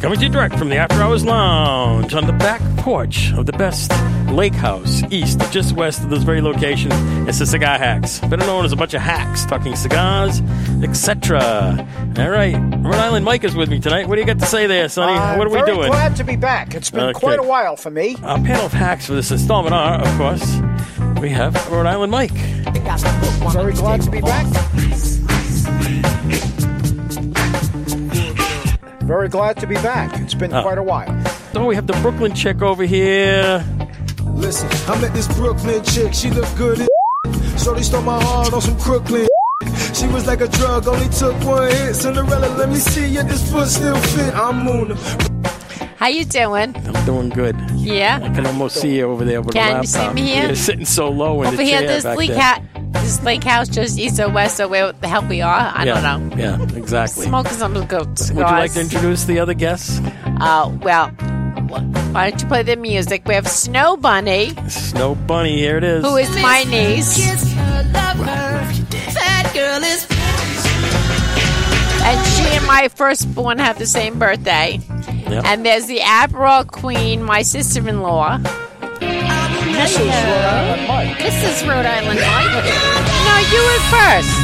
Coming to you direct from the After Hours Lounge on the back porch of the best lake house east, just west of this very location. It's the Cigar Hacks, better known as a bunch of hacks talking cigars, etc. All right, Rhode Island Mike is with me tonight. What do you got to say there, Sonny? I'm what are we Uh, very doing? glad to be back. It's been Okay. quite a while for me. Our panel of hacks for this installment are, of course, we have Rhode Island Mike. Very glad to be back. Very glad to be back. It's Oh. been quite a while. So we have the Brooklyn chick over here. Listen, I met this Brooklyn chick, she looked good and So they stole my heart on some Crooklyn She was like a drug, only took one hit Cinderella, let me see if this foot still fit I'm Moona How you doing? I'm doing good. I Yeah. can almost see you over there with Can a you see laptop. me here? You're sitting so low in Over the here, chair this back lake there. house, this lake house just east of west of where the hell we are. yeah. I don't know. Yeah, exactly. Smoking some good cigars. Would you like to introduce the other guests? uh, well, wh- why don't you play the music? We have Snow Bunny, Snow Bunny, here it is. who is my niece, Kiss her, love her. That girl is and she and my firstborn have the same birthday. Yep. And there's the Admiral Queen, my sister-in-law. This is Rhode Island Mike. No, you were first.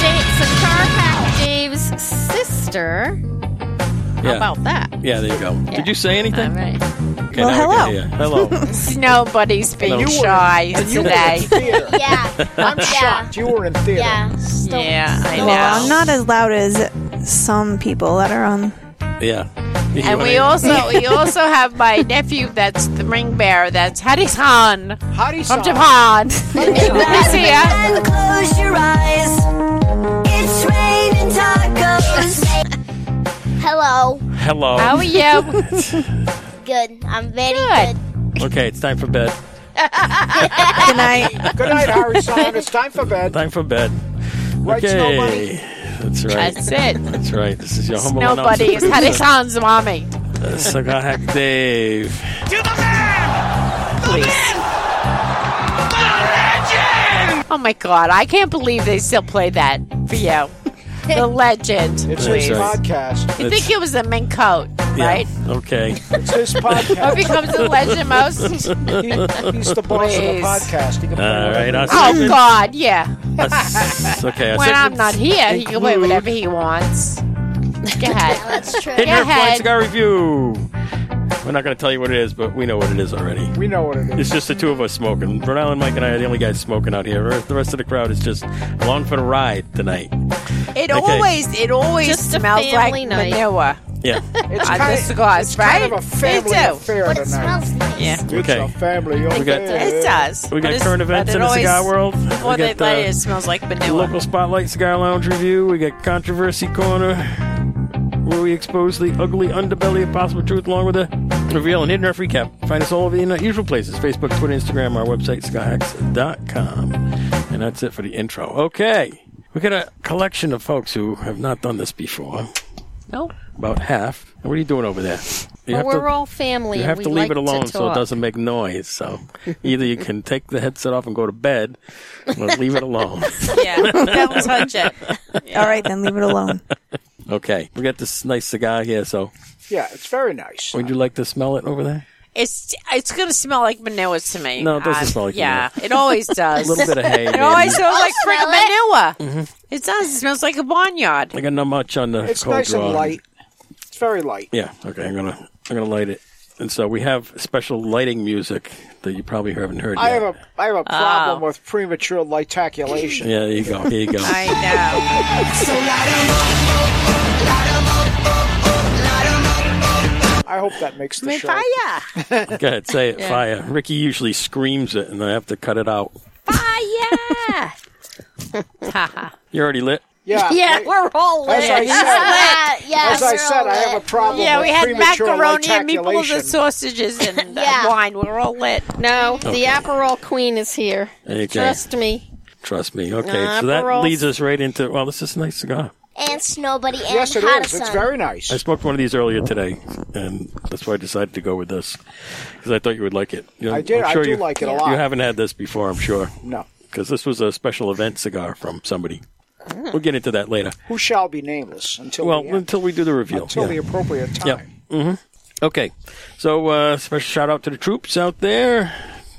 Date Sakar Pat Dave's sister. yeah. How about that? Yeah, there you go. Did you say All Um, anything? right. Okay, well, hello. Hello. Snow Bunny's being You were- shy And you were in today. theater. Yeah. I'm shocked you were in theater. Yeah. Still- Yeah, I know. Well, I'm not as loud as some people that are on. yeah. You And wanna- we also we also have my nephew that's the ring bearer that's Hari-san Howdy, from son. Japan. He's here. And close your eyes. It's raining tacos. Hello. Hello. How are you? Good. I'm very Good. Okay, it's time for bed. Good night. Good night, Harry Son. It's time for bed. Time for bed. Right, okay. Snow Bunny? That's right. That's it. That's right. This is your humble Nobody is announcer, Hari-san's mommy. producer, Cigar Hack Dave. Oh my god, I can't believe they still play that for you. The legend. That's It's his right. podcast. You think it was a mink coat, Yeah. right? Okay. It's his Or podcast. becomes a legend most? He- he's the boss of the Please. podcast. He can play All right. whatever Our he Oh segment- god, yeah. our s- okay. Our When I'm segments not here, he can play include- whatever he wants. Go ahead. That's true. Hidden Earth Blind ahead. Cigar Review. We're not going to tell you what it is, but we know what it is already. wants. We know what it is. It's just the two of us smoking. Rhode Island Mike and I are the only guys smoking out here. The rest of the crowd is just along for the ride tonight. It Okay. always it always Just a smells like family night. manure. Yeah. It's I kind, miss the guys, it's kind of right? a family Me too. affair But it tonight. smells nice. Yeah. It's Okay. a family affair. got- It does. We got But it's- current events but in it the cigar always- world. Well, we they, got but uh, it smells like vanilla. local spotlight cigar lounge review. We got controversy corner, where we expose the ugly underbelly of possible truth, along with a reveal and hidden Earth recap. Find us all over the internet, usual places: Facebook, Twitter, Instagram, our website skyhacks.com. And that's it for the intro. Okay, we got a collection of folks who have not done this before. No. About half. What are you doing over there? You Well, have we're to, all family. you and have we to leave like it alone so it talk. doesn't make noise. So either you can take the headset off and go to bed, or leave it alone. Yeah. Don't touch it. All right, then leave it alone. Okay, we got this nice cigar here. So, Yeah, it's very nice. would you like to smell it over there? It's it's gonna smell like manure to me. No, it doesn't smell like yeah, it always A does. little bit of Mm-hmm. hay. Oh, it always maybe. smells like I'll smell freaking manure. It does. It smells like a barnyard. I got not much on the It's cold nice draw. and light. It's very light. Yeah. Okay, I'm gonna I'm gonna light it. And so we have special lighting music that you probably haven't heard I yet. have a I have Oh. a problem with premature litaculation. yeah, there you go. Here you go. I know. I hope that makes the show. Fire, Go ahead, say it. Fire. Ricky usually screams it, and I have to cut it out. fire. You already lit. Yeah, Yeah, like- we're Oh, all lit. as I said, Uh, Yeah, yeah, as I we're said, all I have a lit. problem. Yeah, with we had premature macaroni and meatballs and litaculation. sausages and uh, Yeah. wine. We're all lit. No, the Aperol Queen is here. Okay. Trust me. Trust me. Okay, Nah, so that Aperol's- leads us right into. Well, this is a nice cigar. and Snowbody and Yes, it Hottest is. It's Sun. very nice. I smoked one of these earlier today, and that's why I decided to go with this because I thought you would like it. You know, I did. I'm I sure do you- like it a lot. You haven't had this before, I'm sure, No, because this was a special event cigar from somebody. We'll get into that later. who shall be nameless until Well, the, until we do the reveal. until the yeah. appropriate Yeah. Mm-hmm. time. Okay, so uh, special shout out to the troops out there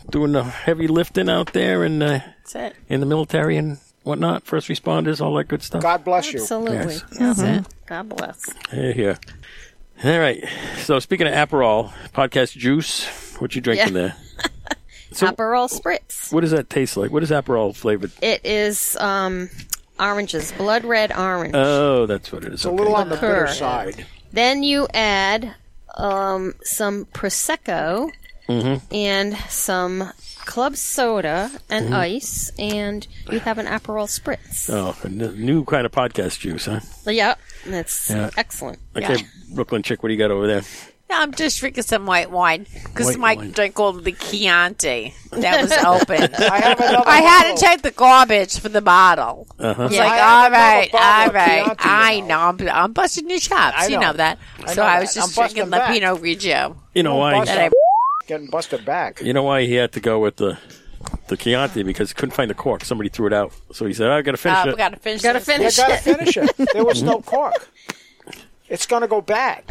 doing the heavy lifting out there in the That's it. in the military and whatnot, first responders, all that good stuff. God bless you. Absolutely. Yes. That's Mm-hmm. it. God bless. Yeah, yeah. All right. So speaking of Aperol, podcast juice, what you drinking there? So- Aperol spritz. What does that taste like? What is Aperol flavored? It is um, oranges, blood red orange. Oh, that's what it is. A okay. little on the bitter Liqueur. side. Then you add um, some prosecco and some club soda and ice, and you have an aperol spritz. Oh, a n- new kind of podcast juice, huh? Yep, that's Yeah. excellent. Okay, Brooklyn chick, what do you got over there? No, I'm just drinking some white wine because White Mike wine. drank all the Chianti that was open. I have another. I had bottle. to take the garbage for the bottle. Uh-huh. It's Yeah. like, I have all right, another bottle all of right. Chianti, I you know. know. I'm, I'm busting your chops. I You know. know that. I so know I was that. just I'm drinking busting Latino Grigio. You know Well, why? bust- That I, Getting busted back. You know why he had to go with the the Chianti because he couldn't find the cork. Somebody threw it out, so he said, "Oh, "I got to finish uh, it." we gotta finish. Gotta this. You finish gotta it. finish it. There was no cork. It's gonna go bad.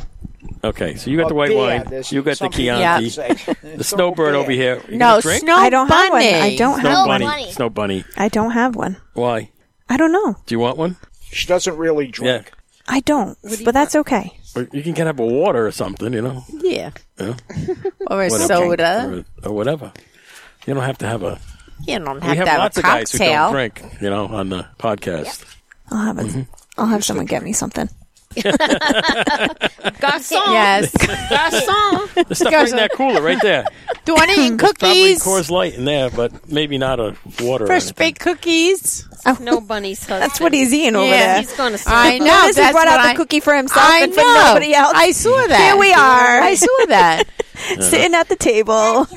Okay, so you got the A white beer, wine, there's you got the some people Chianti, say. the It's Snowbird beer. over here. You No, got a drink? Snow I don't have one. I Bunny. don't have Snow No bunny. bunny. Snow bunny. I don't have one. Why? I don't know. Do you want one? She doesn't really drink. I don't. but that's okay. Or you can have a water or something, you know, Yeah. Yeah. Or a Whatever. soda. or, or whatever. You don't have to have a. You don't we have have to have lots a of guys who cocktail. don't drink, you know, on the podcast. I'll have a, Mm-hmm. I'll have someone get me something. Garçon. Yes. Garçon. The stuff right in that cooler, right there. Do you want to eat Probably cookies? Coors Light in there, but maybe not a water. or Fresh anything. baked cookies. no bunny's husband. Oh, That's what he's eating over Yeah. there. He's gonna I say. know. Notice he that's brought what out the I- cookie for himself I and for know. nobody else. I saw that. Here we are. I saw that. sitting at the table.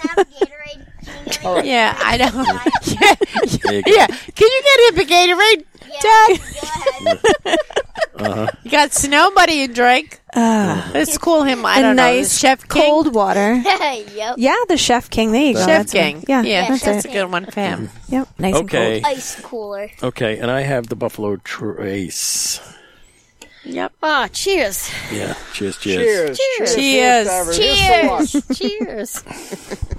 Yeah, I know. yeah, There you go. yeah. Can you get him a Gatorade, Dad? You got snow buddy and drink. Let's call him. I Ah. A don't know. nice the Chef King. cold water. yep. Yeah, the chef king. There you go. Chef That's it. King. Yeah, yeah, that's, that's, it. a good one for him. Yep, nice Okay, and Ice cooler. okay, and I have the Buffalo Trace. Yep. Ah, cheers. Yeah, cheers, cheers. Cheers. Cheers. Cheers. Cheers. Cheers. to us. Cheers.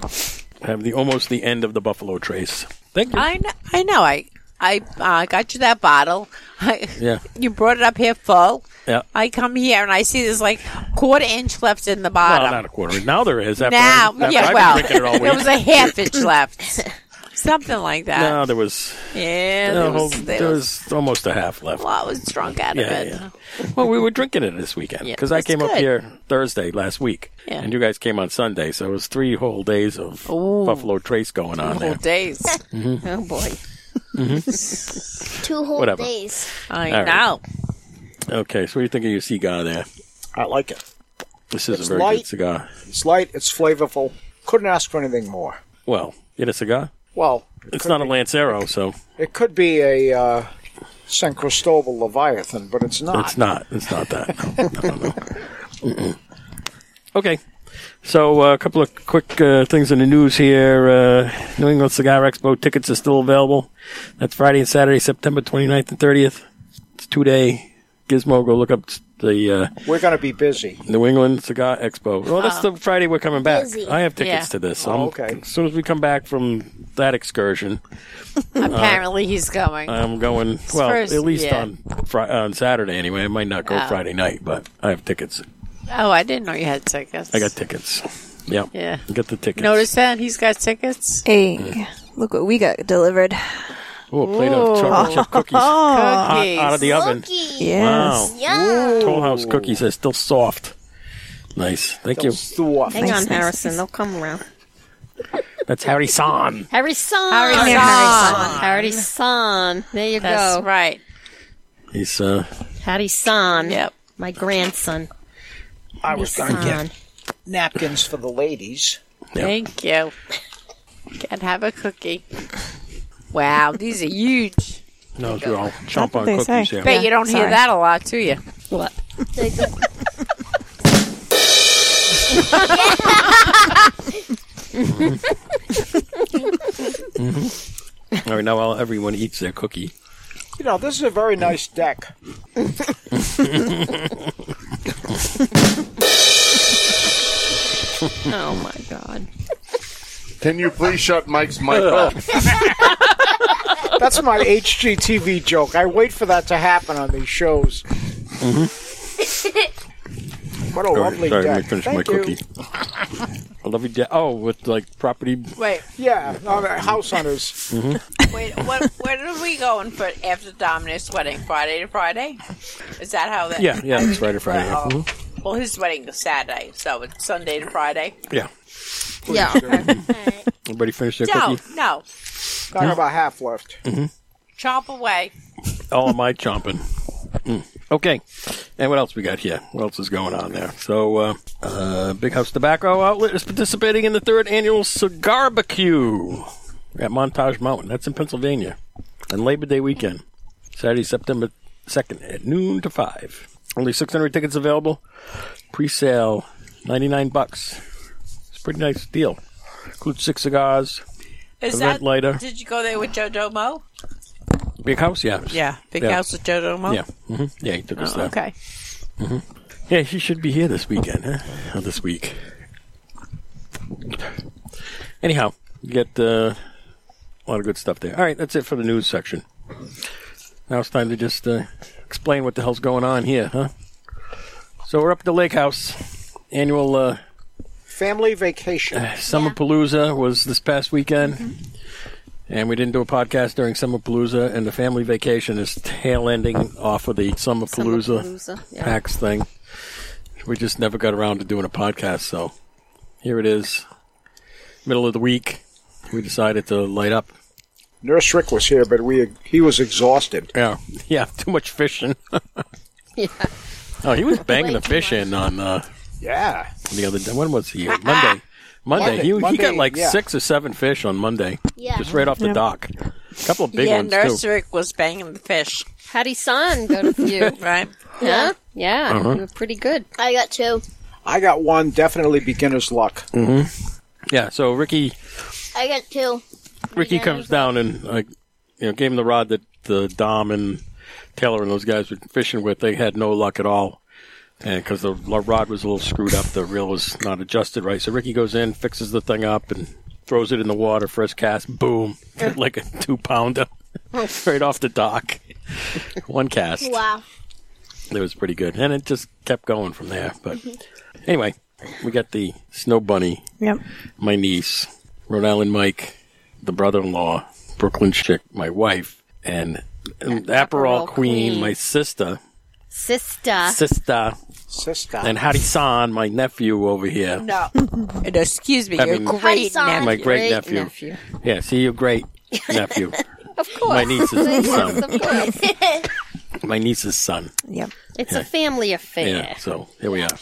cheers. I have the almost the end of the Buffalo Trace. Thank you. I know. I know. I I uh, got you that bottle. I, Yeah. You brought it up here full. Yeah. I come here and I see there's like quarter inch left in the Well, bottom. not a quarter. Now there is. After now, I, after I've yeah, been well, drinking it all there week. was a half inch left, something like that. no, there was. Yeah, no, there was, there there was- was almost a half left. well, I was drunk out Yeah, of it. yeah. Well, we were drinking it this weekend Yeah, because I that's came up good. here Thursday last week, Yeah. and you guys came on Sunday, so it was three whole days of Ooh. Buffalo Trace going on Whole there. days. Oh boy. Two whole Whatever. days. I All right. know. Okay, so what do you think of your cigar there? I like it. This is It's a very light. good cigar. It's light. It's flavorful. Couldn't ask for anything more. Well, it a cigar. Well, it It's could not be, a Lancero, so It could be a uh, San Cristobal Leviathan, but it's not. it's not. It's not that. No, no, no. Mm-mm. Okay. So uh, a couple of quick uh, things in the news here. Uh, New England Cigar Expo tickets are still available. That's Friday and Saturday, September 29th and 30th. It's two day. Gizmo, go look up the uh, We're going to be busy. New England Cigar Expo. Well, that's the Friday we're coming back. Busy. I have tickets Oh. Yeah. to this. Oh, I'm- okay. As soon as we come back from that excursion, Apparently, he's going. I'm going. Well, first- at least yeah. on fri- on Saturday anyway. I might not go Oh. Friday night, but I have tickets. oh, I didn't know you had tickets. I got tickets. Yep. Yeah. I got the tickets. Notice that he's got tickets. cold. Hey, look what we got delivered. Oh, a plate of chocolate chip cookies hot Cookies. Ah, out of the oven. Cookie. Yes. Wow. Yum. Toll House cookies are still soft. Nice. Thank you. Stuff. Hang on, nice, nice. Harrison. They'll come around. That's Harry San. Harrison. Harrison. Harrison. Harrison. There you That's go. right. He's uh Harrison. Yep. My grandson. I was going to Harrison. get napkins for the ladies. Thank you. Can't have a cookie. Wow, these are huge. no they're all chomp on they cookies say. here. Bet Yeah, you don't hear sorry. that a lot, do you? What? All right, now while everyone eats their cookie. You know, this is a very nice deck. Oh my god. Can you please shut Mike's mic up? That's my HGTV joke. I wait for that to happen on these shows. What a lovely sorry, let deck. me finish Thank my you. cookie. I love you, Dad. Oh, with like property. Wait, Yeah, no, the house hunters. wait. What? Where are we going for after Dominic's wedding? Friday to Friday? Is that how that? Yeah, yeah, it's Friday, Friday. Oh. Mhm. Well, his wedding is Saturday, so it's Sunday to Friday. Yeah. Yeah. Everybody finish their No, cookie? no. Got about half left. Chomp away. Oh, am I chomping? Mm. Okay. And what else we got here? What else is going on there? So, uh, uh, Big House Tobacco Outlet is participating in the third annual cigar barbecue at Montage Mountain. That's in Pennsylvania. And Labor Day weekend, Saturday, September 2nd at noon to 5. Only 600 tickets available. Pre sale, 99 bucks. It's a pretty nice deal. Includes six cigars. Is Event that later. Did you go there with Joe Domo? Big House, yeah. Yeah, big Yeah. house with Joe Domo. Yeah. hmm Yeah, he took us there. Okay. Yeah, she should be here this weekend, huh? Or this week. Anyhow, you get uh, a lot of good stuff there. All right, that's it for the news section. Now it's time to just uh, explain what the hell's going on here, huh? So we're up at the lake house. Annual uh, Family vacation. Summer Palooza was this past weekend, and we didn't do a podcast during Summer Palooza, and the family vacation is tail ending off of the Summer Palooza Summerpalooza, yeah. PAX thing. We just never got around to doing a podcast, so here it is, middle of the week. We decided to light up. Nurse Rick was here, but we he was exhausted. Yeah, yeah, too much fishing. Yeah. Oh, he was banging the too fish in on uh, Yeah. the other day. When was he? Monday. Monday. He, he Monday, got like yeah. six or seven fish on Monday. Yeah. Just right off the dock. A couple of big yeah, ones, Nurse too. Rick was banging the fish, Hattie San go to you. right? Huh? Yeah. You were pretty good. I got two. I got one definitely beginner's luck. Yeah, so Ricky I got two. Ricky comes down and like you know, gave him the rod that the Dom and Taylor and those guys were fishing with. They had no luck at all. And because the l- rod was a little screwed up, the reel was not adjusted right. So Ricky goes in, fixes the thing up, and throws it in the water. First cast, boom, like a two pounder, straight off the dock. One cast. Wow. It was pretty good, and it just kept going from there. But anyway, we got the snow bunny, Yep. my niece, Rhode Island Mike, the brother-in-law, Brooklyn chick, my wife, and, and Aperol, Aperol Queen, Ah. Queen. my sister, Sister. sister, Sister. and Harisan, my nephew over here. No. And excuse me, I your mean- great Hi, son. nephew. My great nephew. Yeah, see your great nephew. of course, my niece's son. Of course. My niece's son. Yep. It's a family affair. Yeah. So here we are.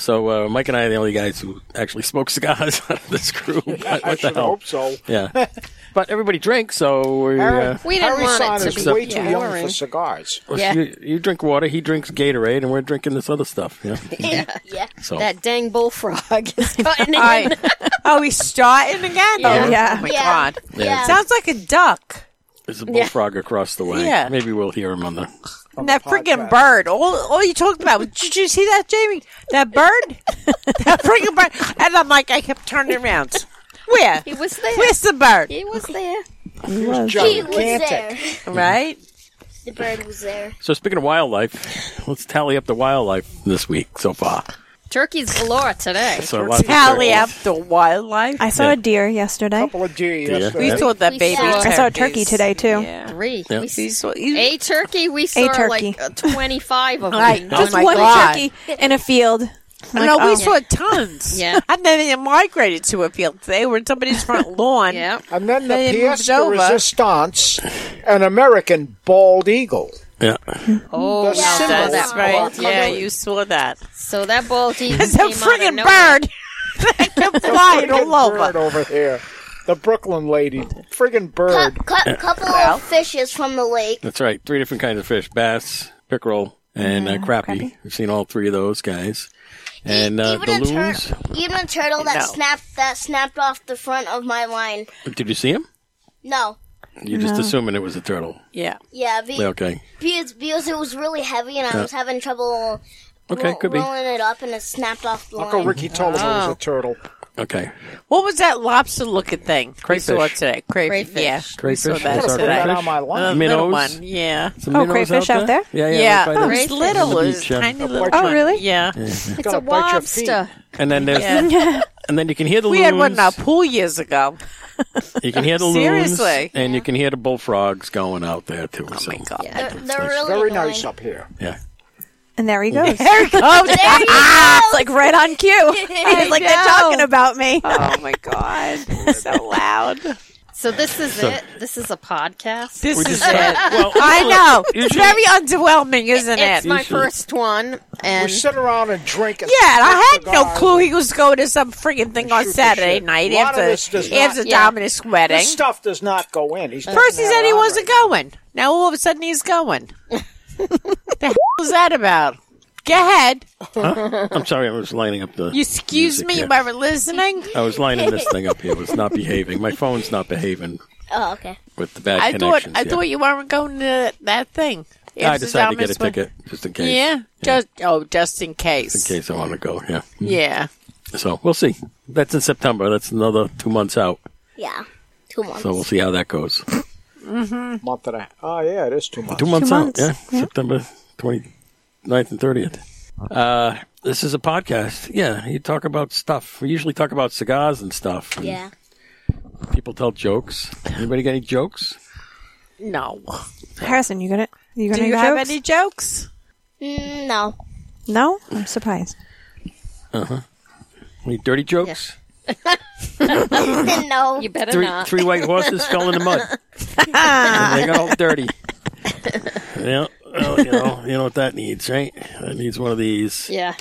So uh, Mike and I are the only guys who actually smoke cigars out of this crew. What I the should hell? uh, hope so. Yeah. but everybody drinks, so we, uh, We didn't Harry want it Son to is be way too young boring. for cigars. Yeah. you, you drink water, he drinks Gatorade, and we're drinking this other stuff. Yeah. Yeah. So That dang bullfrog is cutting All right. oh, he's starting again? Yeah. Oh, Yeah. my Yeah. God. Yeah. yeah. Sounds like a duck. there's a bullfrog across the way. Yeah. Maybe we'll hear him on the. And that friggin' bird. All, all you talked about. was- Did you see that, Jamie? That bird? that friggin' bird. And I'm like, I kept turning around. Where? He was there. Where's the bird? He was there. He was. He was there. Right? The bird was there. So speaking of wildlife, let's tally up the wildlife this week so far. Turkeys galore today. So lots of Tally turkeys. up the wildlife. I saw a deer yesterday. Couple of deer yesterday. we saw that We baby. saw- I saw a turkey turkeys. today, too. Yeah. Three. Yeah. We We s- saw, you- a turkey. We saw turkey. like uh, 25 of them. Right. Oh Just my one God. turkey in a field. I'm no, like, we oh. saw tons. Yeah. And then they migrated to a field. They were in somebody's front lawn. Yeah. And then the They moved pièce de over. resistance, an American bald eagle. Yeah. Oh, The symbol that's That's that right. bald Yeah, eagle. you saw that. So that bald eagle It's a came out of friggin' nowhere. bird. It kept flying Friggin' all bird over. over here. The Brooklyn lady. Friggin' bird. Cu- Uh, cu- couple of fishes from the lake. That's right. Three different kinds of fish: bass, pickerel, and uh, crappie. We've seen all three of those guys. And uh, the even, a loons. tur- even a turtle that No. snapped that snapped off the front of my line. Did you see him? No. You're just assuming it was a turtle. Yeah. Yeah, be- Okay. because, because it was really heavy and I was having trouble Okay, Ro- could be. Rolling it up and it snapped off the Uncle line. Ricky told him it Oh. was a turtle. Okay. What was that lobster looking thing? We saw it Crayfish. today. Cray- Crayfish. Yeah. We Crayfish. saw that There's our today. Put that on my line. Uh, little Minnows. one. Yeah. Some Oh, minnows crayfish out there? Yeah, yeah. Yeah, right by oh, the- it's crayfish. little, The it's beach, yeah. tiny little. Oh, one. really? Yeah. It's a bite your feet. lobster. And then there's, and then you can hear the We loons. had one in our pool years ago. You can hear the Seriously. loons, and you can hear the bullfrogs going out there too. Oh so. my God. They're, they're really Very annoying. nice up here. Yeah. And there he goes. There it goes. There you It's like right on cue. He's like, they're talking about me. oh my god, so loud. So this is it. This is a podcast. This is just- it. Well, I know. It's usually- very underwhelming, isn't it's it? my first one, We and sit around and drink. And yeah, and I had smoke no cigars. clue he was going to some friggin' thing on Shoot the Saturday shit. night A lot of after this does not- after Yeah. Dominic's wedding. This stuff does not go in. He's First he said he wasn't going. Now all of a sudden he's going. the hell was that about? Go ahead. I'm sorry, I was lining up the. You excuse music me, here. you were listening. I was lining this thing up here. It's not behaving. My phone's not behaving Oh, okay. with the bad I thought connections. I here. thought you weren't going to that thing. I After decided to get a Dominic's wedding. ticket just in case. Yeah, just oh, just in In case. case I want to go. Yeah. Yeah. So we'll see. That's in September. That's another two months out. Yeah. Two months. So um, we'll see how that goes. a month and a. Oh yeah, it is two months. Two months Two out. months, Yeah. yeah. September 29th and 30th. Uh, this is a podcast. Yeah. You talk about stuff. We usually talk about cigars and stuff. and yeah. People tell jokes. Anybody got any jokes? No. Harrison, you got it? You got Do any you have jokes? any jokes? Mm, no. No? I'm surprised. Any dirty jokes? no. you better Three, not. three white horses fell in the mud. and they got all dirty. Yeah. Well, you know, you know what that needs, right? That needs one of these. Yeah.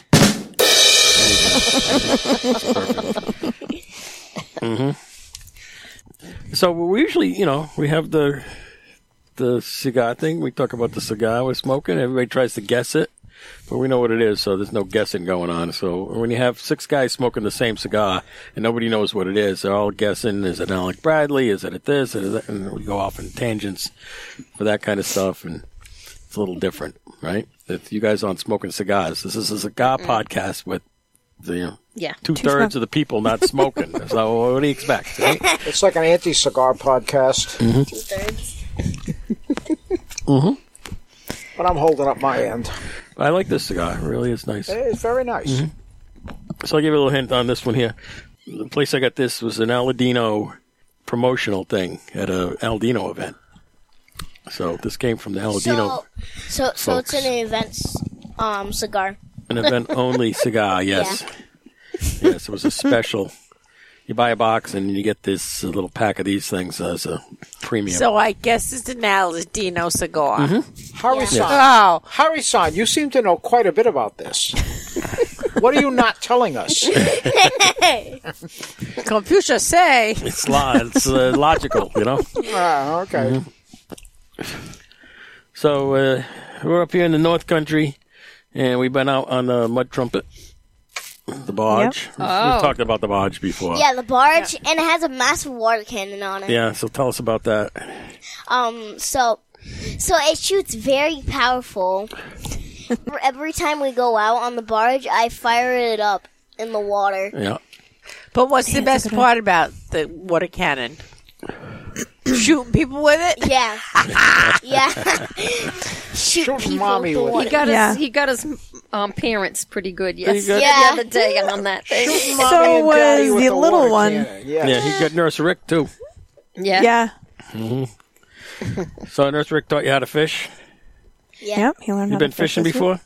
So we usually, you know, we have the the cigar thing. We talk about the cigar we're smoking. Everybody tries to guess it, but we know what it is, so there's no guessing going on. So when you have six guys smoking the same cigar and nobody knows what it is, they're all guessing. Is it Alec Bradley? Is it at this? Is it, and we go off in tangents for that kind of stuff, and it's a little different, right? If you guys aren't smoking cigars, this is a cigar podcast with the. You know, Yeah. Two thirds of the people not smoking. so what do you expect? right? It's like an anti-cigar podcast, Two thirds. but I'm holding up my end. I like this cigar. It really is nice. It's very nice. So I'll give you a little hint on this one here. The place I got this was an Aladino promotional thing at a Aldino event. So this came from the Aladino, So, so, so it's folks. an event um, cigar. an event only cigar. Yes, yes, it was a special. You buy a box and you get this little pack of these things as a premium. So I guess it's an Aladino cigar. Mm-hmm. Harry San, Oh, Harry San, you seem to know quite a bit about this. what are you not telling us? Confucius say. it's lo- it's uh, logical, you know. Ah, okay. So uh, we're up here in the North Country, and we've been out on the mud trumpet, the barge. We've, we've Oh. talked about the barge before. Yeah, the barge, and it has a massive water cannon on it. Yeah, so tell us about that. Um, so, so it shoots very powerful. Every time we go out on the barge, I fire it up in the water. Yeah. But what's the best part about the water cannon? Shooting people with it? Yeah, yeah. Shoot Shoot people mommy with the with water. He got Yeah. his he got his um, parents pretty good got- yesterday Yeah. the other day on that thing. Shooting mommy So and daddy was with the little water one. cannon. Yeah. Yeah, he got Nurse Rick too. Yeah. Yeah. So Nurse Rick taught you how to fish. Yeah. Yep. He You learned how have been to fish fishing this before?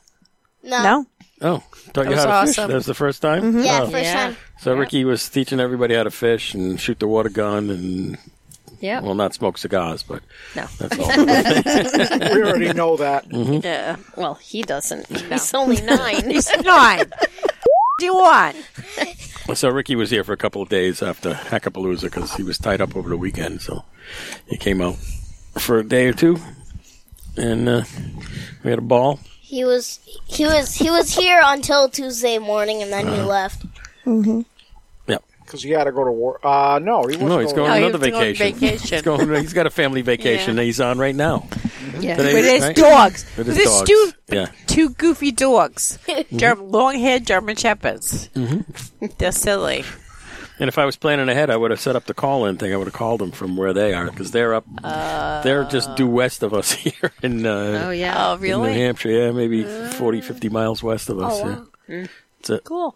No. week. No. Oh, taught you was how to fish. awesome. That was the first time. Yeah, Oh. first Yeah. time. So Ricky was teaching everybody how to fish and shoot the water gun and Yeah. well, not smoke cigars, but No. that's all. We already know that. Yeah. Well, he doesn't. He's only nine. He's nine. do you want? so Ricky was here for a couple of days after Hackapalooza because he was tied up over the weekend. So he came out for a day or two, and uh, we had a ball. He was he was he was here until Tuesday morning, and then he left. Because he had to go to war. Uh, no, he wasn't No, he's going Oh, on he another was going on vacation. vacation. he's going. He's got a family vacation Yeah. that he's on right now. Yeah. Today- With his right? dogs. With his With his dogs. Mm-hmm. two, Yeah. two goofy dogs. German, long-haired German Shepherds. Mm-hmm. They're silly. And if I was planning ahead, I would have set up the call-in thing. I would have called them from where they are because they're up. they're just due west of us here in, Oh uh, yeah. Oh, in New really? Hampshire. Yeah, maybe 40, 50 miles west of us. Oh, yeah. wow. That's it. Cool.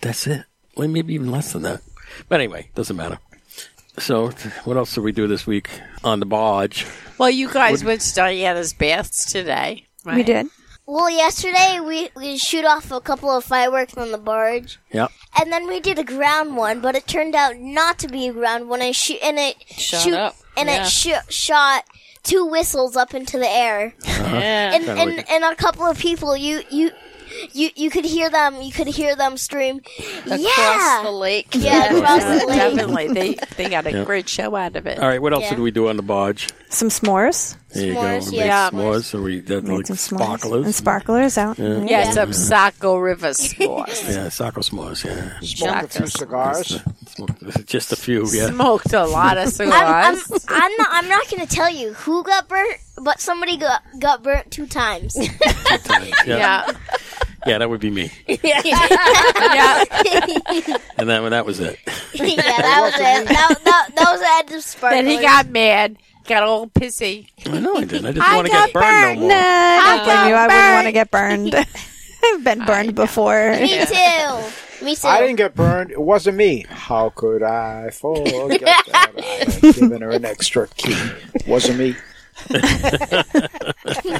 That's it. Well, maybe even less than that. But anyway, doesn't matter. So, t- what else did we do this week on the barge? Well, you guys went to Diana's baths today. Right? We did. Well, yesterday we, we shoot off a couple of fireworks on the barge, Yeah. and then we did a ground one, but it turned out not to be a ground one. And shoot, and it Shot shoot, up. and Yeah. it sho- shot two whistles up into the air, Uh-huh. Yeah. and Kinda and, like and a couple of people you you. You, you could hear them. You could hear them scream, Across "Yeah!" the lake. Yeah, across the lake. Definitely, they they got a great show out of it. All right. What else Yeah. did we do on the barge? Some s'mores. There S'mores, you go. yeah. Made s'mores. So we did Made like some s'mores. And sparklers. sparklers out. Mm-hmm. Yeah. Yeah, some Saco River s'mores. Yeah, soccer s'mores. Yeah. Smoked a few Shockers. cigars. Smoked- Just a few. Yeah. Smoked a lot of cigars. I'm, I'm, I'm not. I'm not going to tell you who got burnt, but somebody got got burnt two times. yeah. yeah, Yeah. That would be me. yeah. And then that was it. yeah, that was it. That, that, that was the end of Sparkle. Then he got mad, got all pissy. I know I didn't. I didn't I want to got get burned burned. no more. Nah, I don't blame you. I wouldn't burned. want to get burned. I've been burned before. Me too. Me too. I didn't get burned. It wasn't me. How could I forget that I had given her an extra key? Wasn't me.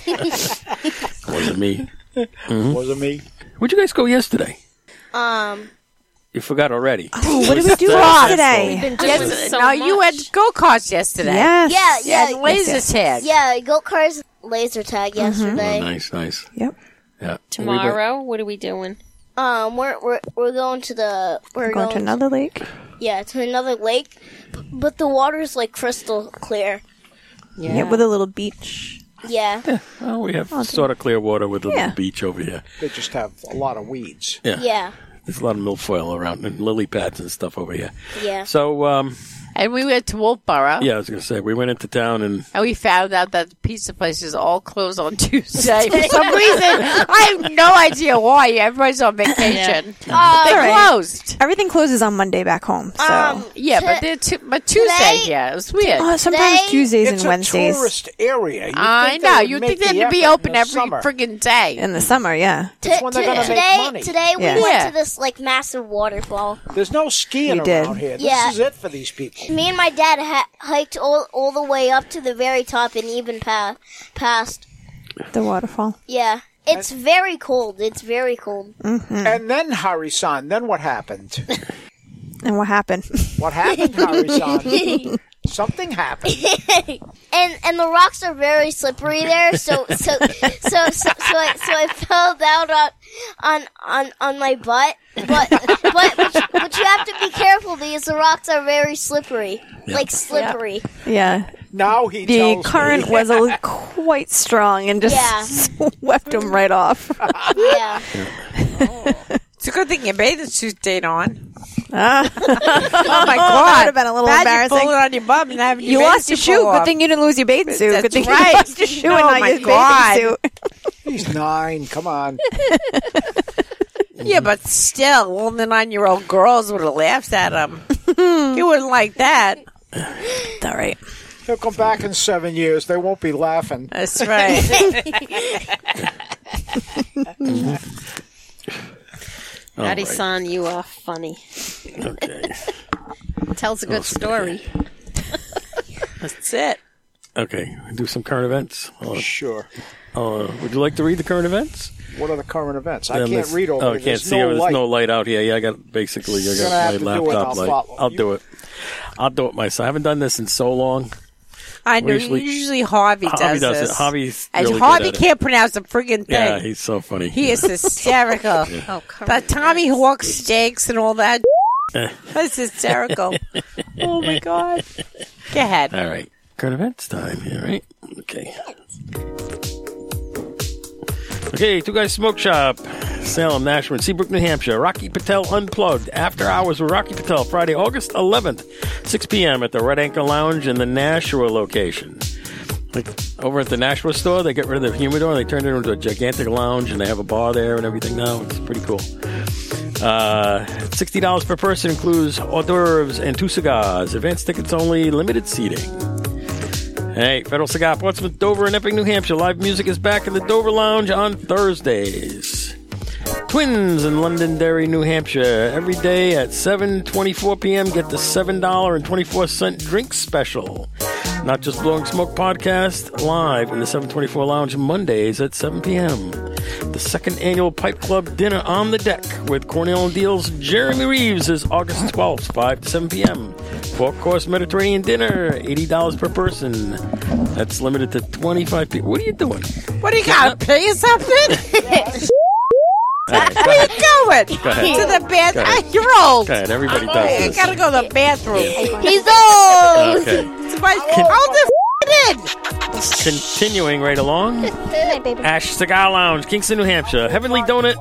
It wasn't me. Wasn't me. Where'd you guys go yesterday? um. You forgot already. Oh, what did we do Frogs. today? Yes, now you went go karts yesterday. Yes. Yeah. Yeah. and laser tag. Yeah. Go cars laser tag yesterday. Oh, nice, nice. Yep. Yeah. We went- Tomorrow, what are we doing? Um. We're we're we're going to the we're Going to another lake. yeah to another lake, b- but the water's like crystal clear. Yeah. with a little beach. Yeah. Well, we have sort of clear water with a Yeah. little beach over here. They just have a lot of weeds. Yeah. Yeah. There's a lot of milfoil around and lily pads and stuff over here. Yeah. So, um, And we went to Wolfboro. yeah, I was going to say, we went into town and And we found out that the pizza place is all closed on Tuesday for some reason. I have no idea why. Everybody's on vacation. they All right. closed. Everything closes on Monday back home. So. Oh, Um. Yeah, but they're tu- but Tuesday. Today- Yeah, it was weird. oh, sometimes they- Tuesdays It's and a Wednesdays tourist area. You'd they I know. would You'd make think the they'd be effort in open the every summer. friggin' day. in the summer. Yeah. T- That's when they're gonna make today, money. today we Yeah. went Yeah. to this like massive waterfall. There's no skiing We did. around here. This Yeah. is it for these people. Me and my dad ha- hiked all all the way up to the very top and even pa- past. The waterfall. Yeah. It's very cold. It's very cold. Hmm. And then Harisan. Then what happened? And what happened? What happened, Harisan? Something happened. And and the rocks are very slippery there, so so so so, so, I, so I fell down on on on, on my butt. But but but you, but you have to be careful because the rocks are very slippery, like slippery. yeah. Now he The tells current me. was a, quite strong and just Yeah. swept him right off. Yeah, It's a good thing you made the Tuesday on. Ah. Oh my that god, would have been a little Imagine embarrassing. falling on your bum and having You your lost bathing your shoe. suit Good off. thing you didn't lose your bathing suit. That's Good thing right. you lost your shoe Oh and my not your God. bathing suit. He's nine. Come on. Yeah, but still, one the nine-year-old girls would have laughed at him. you wouldn't like that. All right. He'll come back in seven years. They won't be laughing. That's right. Daddy san, you are funny. oh, okay, Tells a good story. That's it. okay, do some current events. Or, Sure. uh, would you like to read the current events? What are the current events? I Then can't there's- read over. Oh, I there. can't There's see. no over- There's light. no light out here. Yeah, I got basically. I Gonna have got to my do it. laptop I'll light. follow I'll you. do it. I'll do it myself. I haven't done this in so long. I know. Usually- Usually, Harvey does, Harvey does this. it. Harvey's and really Harvey good at it. can't pronounce a friggin' thing. Yeah, he's so funny. he is hysterical. Oh, come That Tommy Hawk steaks and all that. Eh. That's hysterical. oh my god. Go ahead. All right. Current events time here, right? Okay. Okay, Two Guys Smoke Shop, Salem, Nashua, and Seabrook, New Hampshire. Rocky Patel Unplugged. After Hours with Rocky Patel, Friday, August 11th, 6 p.m. at the Red Anchor Lounge in the Nashua location. Like, over at the Nashua store. They got rid of the humidor. They turned it into a gigantic lounge, and they have a bar there and everything now. It's pretty cool. Uh, Sixty dollars per person includes hors d'oeuvres and two cigars. Advance tickets only. Limited seating. Hey, Federal Cigar, Portsmouth, Dover, and Epping, New Hampshire. Live music is back in the Dover Lounge on Thursdays. Twins in Londonderry, New Hampshire. Every day at 7.24 p.m. Get the $7.24 drink special. Not Just Blowing Smoke podcast, live in the 724 Lounge Mondays at 7 p.m. The second annual Pipe Club Dinner on the Deck with Cornell and Deal's Jeremy Reeves is August 12th, 5 to 7 p.m. Four-course Mediterranean dinner, $80 per person. That's limited to 25 people. What are you doing? What do you got? Pay or something? All right, go ahead. Going to Go ahead. the Go bathroom. ahead. You're old. Go ahead, everybody does I this. gotta go to the bathroom. He's old. Okay. Somebody- Hold the f- in. Continuing right along. Ash Cigar Lounge, Kingston, New Hampshire. Heavenly Donut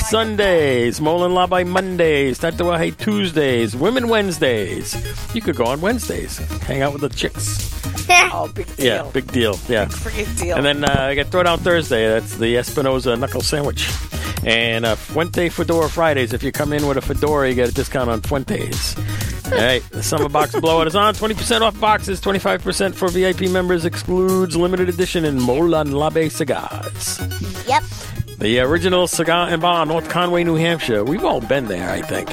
Sundays. Molin Labai Mondays. Tatawahe Tuesdays. Women Wednesdays. You could go on Wednesdays. Hang out with the chicks. Oh, big deal. Yeah, big deal. Yeah. Freaking deal. And then uh, I got Throwdown Thursday. That's the Espinosa Knuckle Sandwich. And uh, Fuente Fedora Fridays. If you come in with a fedora, you get a discount on Fuentes. All right, the summer box blowout is on. 20% off boxes, 25% for VIP members, excludes limited edition and Molan Labe cigars. Yep. The original cigar and bar, in North Conway, New Hampshire. We've all been there, I think.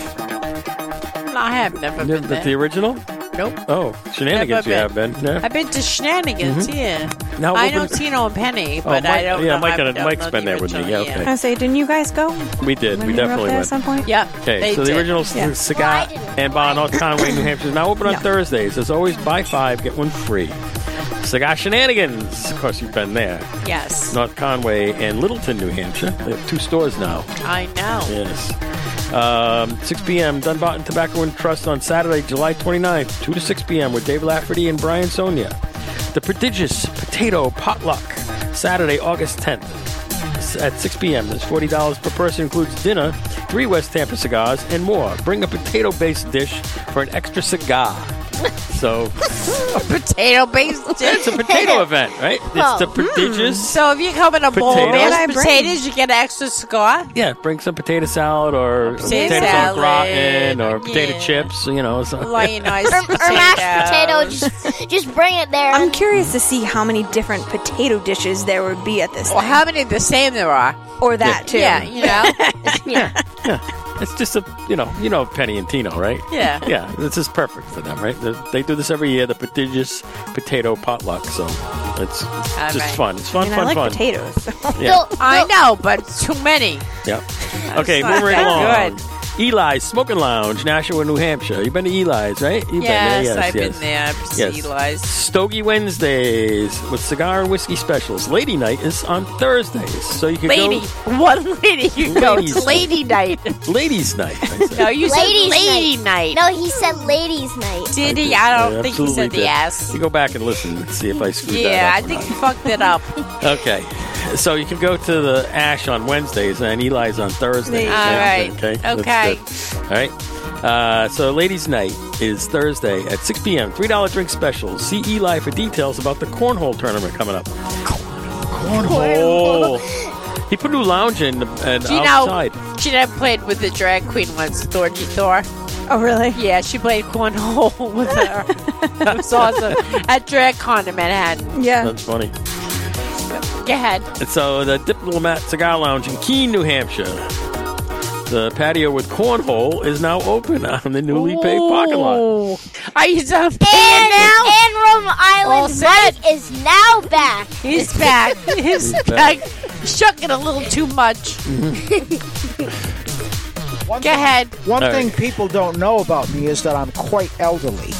I have never been But the there. original? Nope. Oh, shenanigans you have Never been. Yeah. I've been to Shenanigans, yeah. Mm-hmm. Now I open- know Tino and Penny, Oh, but I Mike- don't yeah, know. Mike I and- don't Mike's know been there the with me, original, yeah, Yeah, okay. I say, didn't you guys go? We did. when we you were up definitely there went. at some point. Yeah, Okay, they so the did. original Yeah. cigar and bar in North Conway, New Hampshire is now open on Thursdays. As always, buy five, get one free. Cigar Shenanigans. Of course, you've been there. Yes, North Conway and Littleton, New Hampshire. They have two stores now. I know. Yes. Um, 6 p.m. Dunbarton Tobacco and Trust on Saturday, July 29th, 2 to 6 p.m. with Dave Lafferty and Brian Sonia. The prodigious Potato Potluck, Saturday, August 10th s- at 6 p.m. It's $40 per person, includes dinner, three West Tampa cigars, and more. Bring a potato-based dish for an extra cigar. So Potato based it's a dish. potato event, right? It's the prodigious. So if you come in a bowl of Potatoes? mashed potatoes, you get an extra cigar. Yeah, bring some potato salad or Potato potatoes salad. au gratin or potato Yeah. chips, you know. So. Like nice Or, potatoes. or mashed potato. Just, just bring it there. I'm curious to see how many different potato dishes there would be at this, Well, thing. how many of the same there are? or that too. Oh, Yeah, you know. It's just a, you know, you know Penny and Tino, right? Yeah. Yeah, this is perfect for them, right? They- They do this every year, the prodigious potato potluck. So it's just right. fun. It's fun, And fun, I like fun. potatoes. Yeah. They'll- I they'll- know, but too many. Yep. Okay, not moving right that along. Eli's Smoking Lounge, Nashua, New Hampshire. You've been to Eli's, right? You've Yes, been there, yes, I've yes. been there. I've Yes. seen Eli's. Stogie Wednesdays with cigar and whiskey specials. Lady night is on Thursdays, so you can Lady, one lady you go. It's Ladies. lady night. go ladies' night. I said. No, you Ladies' said lady night. No, he said ladies' night. Did he? did. I don't I think he said absolutely the did. ass. You go back and listen and see if I screwed Yeah, that I up. or think he not. fucked it up. Okay, so you can go to the Ash on Wednesdays and Eli's on Thursdays. All right. Okay. that's Okay. good. All right. Uh, so, ladies' night is Thursday at 6 p.m. Three dollar drink specials. See Eli for details about the cornhole tournament coming up. Cornhole. He put a new lounge in and Do you outside. know, Jeanette played with the drag queen once, Thorgy Thor. oh, really? Yeah, she played cornhole with her. that was awesome. At DragCon in Manhattan. Yeah. That's funny. Go ahead. And so uh, the Diplomat Cigar Lounge in Keene, New Hampshire. The patio with cornhole is now open on the newly paved parking lot. Ooh. Are you so And, now? and Rhode All Island set. Mike is now back. He's back. He's, back. back. Shook it a little too much. One Go thing- ahead. One All thing right. people don't know about me is that I'm quite elderly.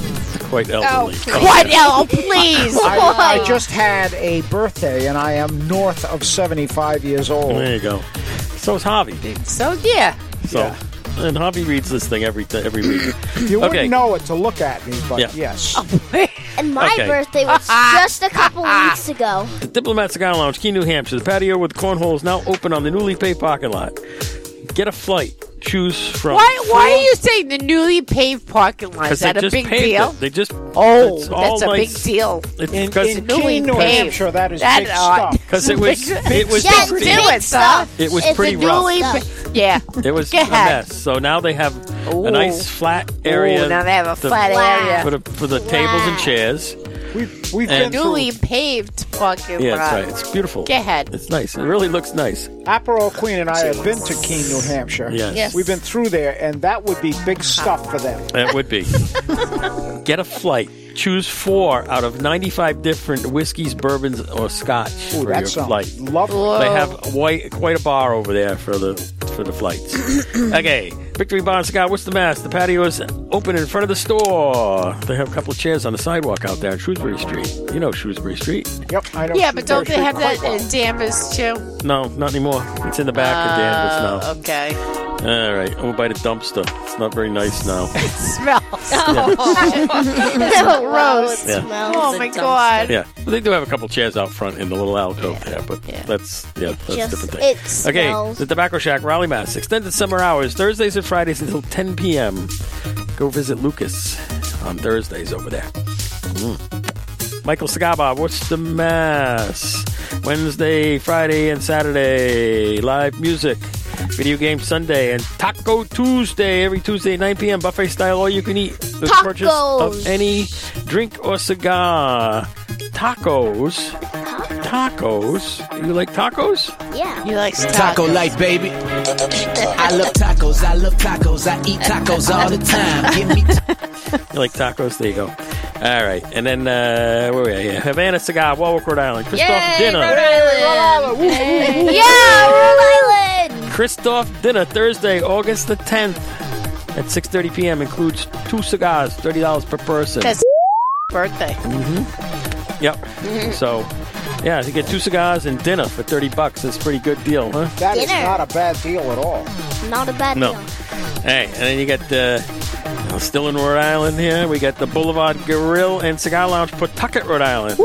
Quite elderly. Oh, What, El? Please. I, I just had a birthday and I am north of 75 years old. There you go. So is Javi. So, yeah. So and Javi reads this thing every every week. Okay. You wouldn't know it to look at me, but Yeah. yes. Oh. And my Okay. birthday was just a couple weeks ago. The Diplomat Cigar Lounge, Keene, New Hampshire. The patio with cornhole is now open on the newly paved parking lot. Get a flight. choose from. Why? four- Why are you saying the newly paved parking lot? 'cause Is that they a just big paved deal? It. They just Oh, it's all that's a big nice. deal. In, It's in because Keene, New paved. Hampshire, that is That uh, big odd. stuff. because it was it was Yeah, pretty, do it, son. it was It's a pretty rough. newly rough. pa- yeah. It was Go a ahead. mess. So now they have a nice flat area. Ooh, now they have a to- flat area. for the, for the tables and chairs. We've, we've And- been Newly through paved parking Yeah, lot. that's right. It's beautiful. Go ahead. It's nice. It really looks nice. Aperol Queen and I have been to Keene, New Hampshire. Yes. Yes. We've been through there, and that would be big stuff for them. That would be. Get a flight. Choose four out of 95 different whiskeys, bourbons, or scotch Ooh, for that your sounds flight. lovely. Whoa. They have quite, quite a bar over there for the for the flights. okay, Victory Bar and Cigar. What's the mess? The patio is open in front of the store. They have a couple of chairs on the sidewalk out there on Shrewsbury Street. You know Shrewsbury Street. Yep, I know. Yeah, but don't Shrewsbury they have Street that quite in Danvers too? No, not anymore. It's in the back of Danvers now. Uh, okay. All right, over by the dumpster. It's not very nice now. It smells. No, gross. Yeah. oh my god. Yeah, Well, they do have a couple chairs out front in the little alcove there, but that's yeah, that's a Just different thing. it Okay, smells. the Tobacco Shack, Raleigh, Mass. Extended summer hours, Thursdays and Fridays until 10 p.m. Go visit Lucas on Thursdays over there. Mm. Michael Sagaba, what's the mass? Wednesday, Friday, and Saturday. Live music. Video game Sunday and Taco Tuesday every Tuesday at 9 p.m. Buffet style, all you can eat. The purchase of Tacos. any drink or cigar. Tacos. Tacos. You like tacos? Yeah. You like Taco life, baby. I love tacos. I love tacos. I eat tacos all the time. Give me You like tacos? There you go. All right. And then, uh, where were we? Yeah. Havana Cigar, Warwick, Rhode Island. Christoph Yay, Dinner. Rhode Island. Yeah, Rhode Island. Christoph Dinner, Thursday, August the 10th at 6.30 p.m. Includes two cigars, $30 per person. That's birthday. yep. So, yeah, you get two cigars and dinner for 30 bucks. That's a pretty good deal, huh? That is Dinner. not a bad deal at all. Not a bad No. deal. Hey, and then you got uh, still in Rhode Island here. We got the Boulevard Grill and Cigar Lounge, Pawtucket, Rhode Island.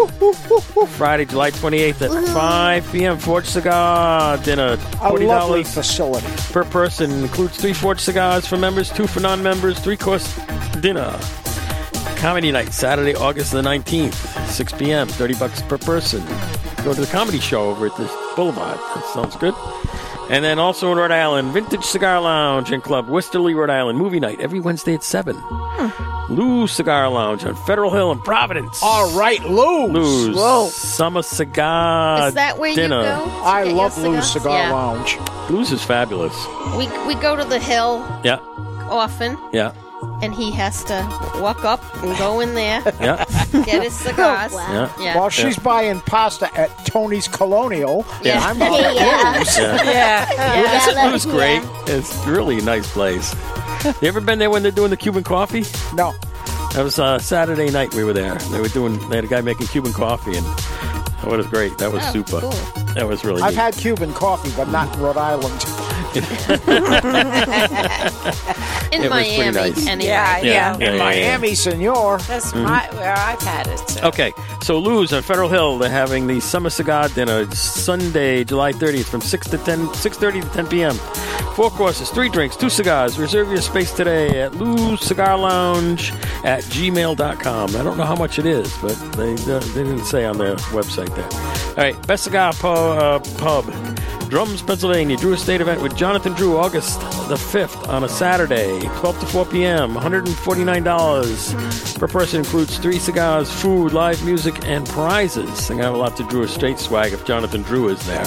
Friday, July 28th at 5 p.m. Forge Cigar Dinner. A lovely $40 facility. per person. Includes three Forge cigars for members, two for non members, three course dinner. Comedy night, Saturday, August the 19th, 6 p.m., 30 bucks per person. Go to the comedy show over at this Boulevard. That sounds good. And then also in Rhode Island, Vintage Cigar Lounge and Club, Wisterly, Rhode Island, movie night every Wednesday at 7. Hmm. Lou's Cigar Lounge on Federal Hill in Providence. All right, Lou. Lou's Whoa. Summer Cigar Is that where Dinner. you go? to I get your love Lou's cigars? Cigar Lounge. Lou's is fabulous. Yeah. We, we go to the hill Yeah, often, yeah, and he has to walk up and go in there, yeah, get his cigars. yeah. Yeah. While she's buying pasta at Tony's Colonial, Yeah. I'm out at Yeah. Lou's. yeah. Yeah. Yeah, It was that's- great. It's really a nice place. You ever been there when they're doing the Cuban coffee? No, That was uh, Saturday night we were there. They were doing. They had a guy making Cuban coffee, and that was great. That was Oh, super. cool. That was really. I've neat. had Cuban coffee, but not in Rhode Island. In It was pretty Miami, nice. anyway. Yeah. yeah. Mm-hmm. In Miami, senor. That's my where I've had it. so. Okay, so Lou's on Federal Hill. They're having the Summer Cigar Dinner Sunday, July 30th, from 6 to 10, 6:30 to 10 p.m. Four courses, three drinks, two cigars. Reserve your space today at Lou's Cigar Lounge at gmail.com. I don't know how much it is, but they, uh, they didn't say on their website there. All right, Best Cigar Pu- uh, Pub. Drums, Pennsylvania, Drew Estate event with Jonathan Drew, August the 5th on a Saturday, 12 to 4 p.m. $149 per person includes three cigars, food, live music, and prizes. And I have a lot to Drew Estate swag if Jonathan Drew is there.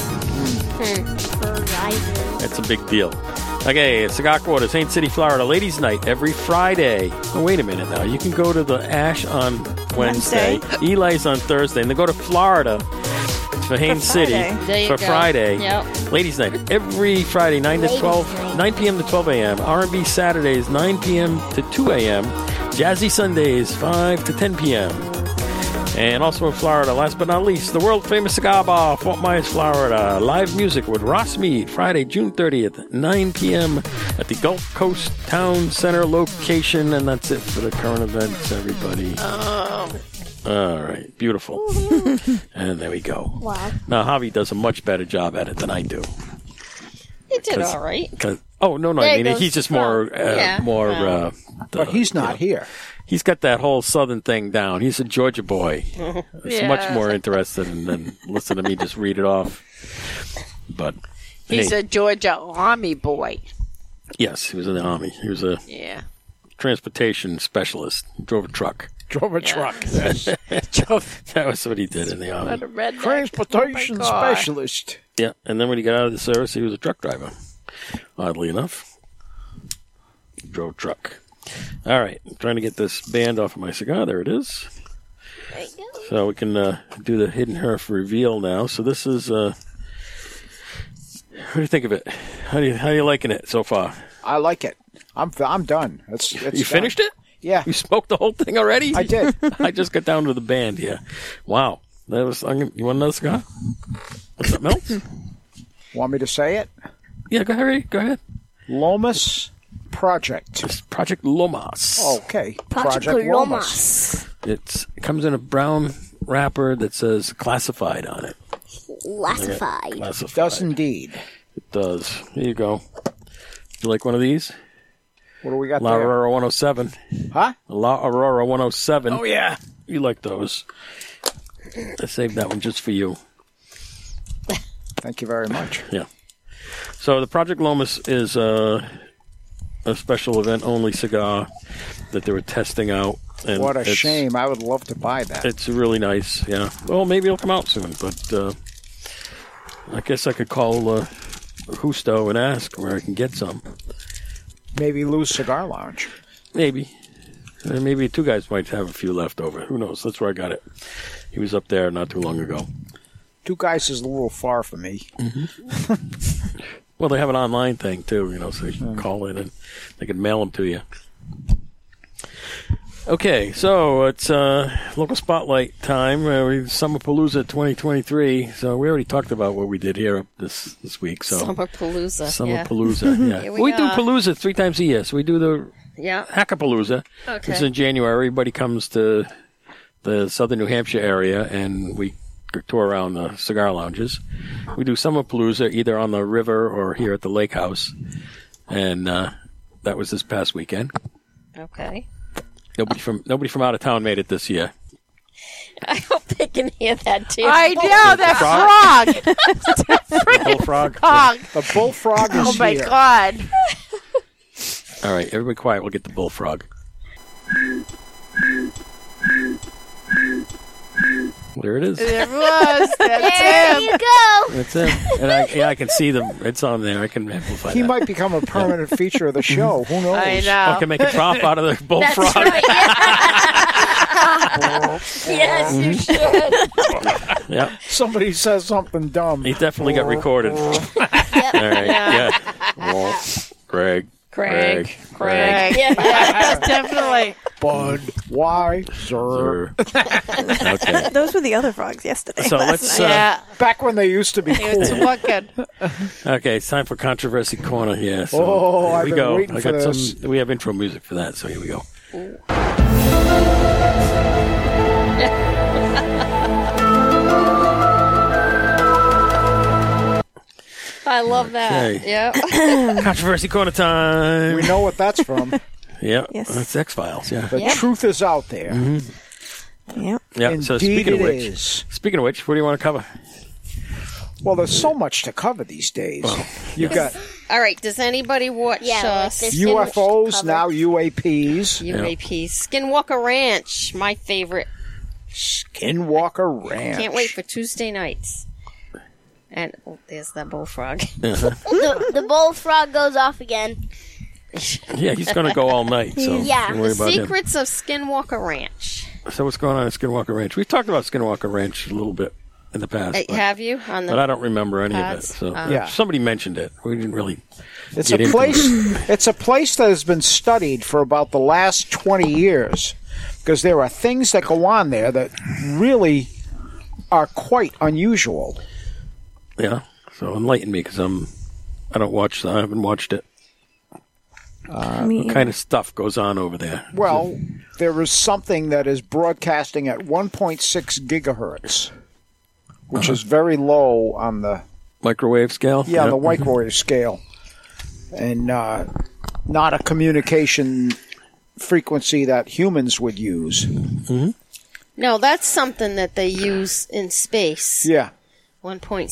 That's a big deal. Okay, it's Cigar Quarter, St. City, Florida, Ladies' Night every Friday. Oh, wait a minute now. You can go to the Ash on Wednesday, Eli's on Thursday, and then go to Florida for Haines City Friday. There you for go. Friday. Yep. Ladies' Night every Friday, 9 to 12, 9 p.m. to 12 a.m. R&B Saturdays, 9 p.m. to 2 a.m. Jazzy Sundays, 5 to 10 p.m. And also in Florida, last but not least, the world famous cigar bar, Fort Myers, Florida. Live music with Ross Mead, Friday, June 30th, 9 p.m. at the Gulf Coast Town Center location. And that's it for the current events, everybody. All right, beautiful. and there we go. Wow. Now, Javi does a much better job at it than I do. He did Cause- all right. 'Cause- Oh no, no. There I mean, goes he's the just more, uh, Yeah. more. Uh, But he's not here. he's got that whole southern thing down. He's a Georgia boy. He's much Yeah. more interested in than listen to me just read it off. But He's hey, a Georgia Army boy. yes, he was in the army. He was a Yeah. transportation specialist. Drove a truck. Drove a truck. Oh That was what he did in the army. What a redneck. Transportation Oh my God. specialist. Yeah, and then when he got out of the service, he was a truck driver. Oddly enough, drove truck. All right, I'm trying to get this band off of my cigar. There it is. So we can uh, do the hidden herf reveal now. So this is. Uh, what do you think of it? How do you how you liking it so far? I like it. I'm I'm done. It's, it's You finished it? Yeah, You smoked the whole thing already? I did. I just got down to the band. Yeah. Wow. That was. I'm gonna, you want another cigar? What's up, Mel? Want me to say it? yeah. Go ahead. Go ahead. Lomas Project. It's Project Lomas. Okay, Project It's, it comes in a brown wrapper that says classified on it. Classified. Classified. Does indeed. It does. Here you go. You like one of these? What do we got La there? Aurora 107. Huh? La Aurora 107. Oh yeah. You like those. I saved that one just for you. Thank you very much. Yeah. So the Project Lomas is a, a special event only cigar that they were testing out. And What a it's- shame. I would love to buy that. It's really nice, yeah. Well, maybe it'll come out soon, but uh, I guess I could call uh, Husto and ask where I can get some. Maybe Lou's Cigar Lounge. Maybe. Uh, maybe two guys might have a few left over. Who knows? That's where I got it. He was up there not too long ago. Two guys is a little far for me. Well, they have an online thing, too, you know, so you can call in and they can mail them to you. Okay, so it's uh, local spotlight time. Uh, we Summerpalooza 2023. So we already talked about what we did here this this week. So Summerpalooza. Summerpalooza. Yeah, Here we, we do are. Palooza three times a year. So we do the Yeah. yeah. Hackapalooza. Okay. It's in January. Everybody comes to the southern New Hampshire area, and we tour around the cigar lounges. We do Summerpalooza either on the river or here at the lake house, and uh, that was this past weekend. Okay. Nobody from nobody from out of town made it this year. I hope they can hear that too. I know that frog. Bullfrog. Frog. The bullfrog is Oh my here. god. All right, everybody quiet. We'll get the bullfrog. There it is. There it was. That's There him. you go. That's it. And I, yeah, I can see them. It's on there. I can amplify He that. might become a permanent feature of the show. Who knows? Oh, I I know. can make a drop out of the bullfrog. That's right. yes, Mm-hmm. you should. Yeah, Somebody says something dumb. he definitely got recorded. All right. Yeah. Greg. Craig. Greg. Yeah. Definitely. Bud. Why? Zer. Okay. Those were the other frogs yesterday. So last let's. night. Uh, Yeah. Back when they used to be cool. It's looking. Okay, it's time for controversy corner. Yeah. So Oh, here I've we been go. waiting I for got this. some. We have intro music for that. So here we go. I love that. Okay. Yeah. Controversy corner time. We know what that's from. Yeah. Yes. That's X Files. Yeah. The truth is out there. Yep. Yeah. Indeed Mm-hmm. so speaking of it which, is. speaking of which, what do you want to cover? Well, there's so much to cover these days. You've got All right. Does anybody watch Yeah, like uh, this Skin- UFOs, covered. now UAPs, UAP Skinwalker Ranch? My favorite. Skinwalker Ranch. Can't wait for Tuesday nights. And oh, there's that bullfrog. The, the bullfrog goes off again. Yeah, he's going to go all night. So Yeah, don't worry about him. Secrets of Skinwalker Ranch. So what's going on at Skinwalker Ranch? We've talked about Skinwalker Ranch a little bit in the past, Uh, but, Have you on but I the? don't remember any of it. Pods? So Uh, Yeah. somebody mentioned it. We didn't really. It's Get a into place. It's a place that has been studied for about the last twenty years, because there are things that go on there that really are quite unusual. Yeah. So enlighten me because I'm. I don't watch. I haven't watched it. Me What kind of stuff goes on over there? Well, there is something that is broadcasting at one point six gigahertz, Uh-huh. which is very low on the Microwave scale. mm-hmm. yeah on the microwave scale. and uh, not a communication frequency that humans would use. No, that's something that they use in space. Yeah. 1.6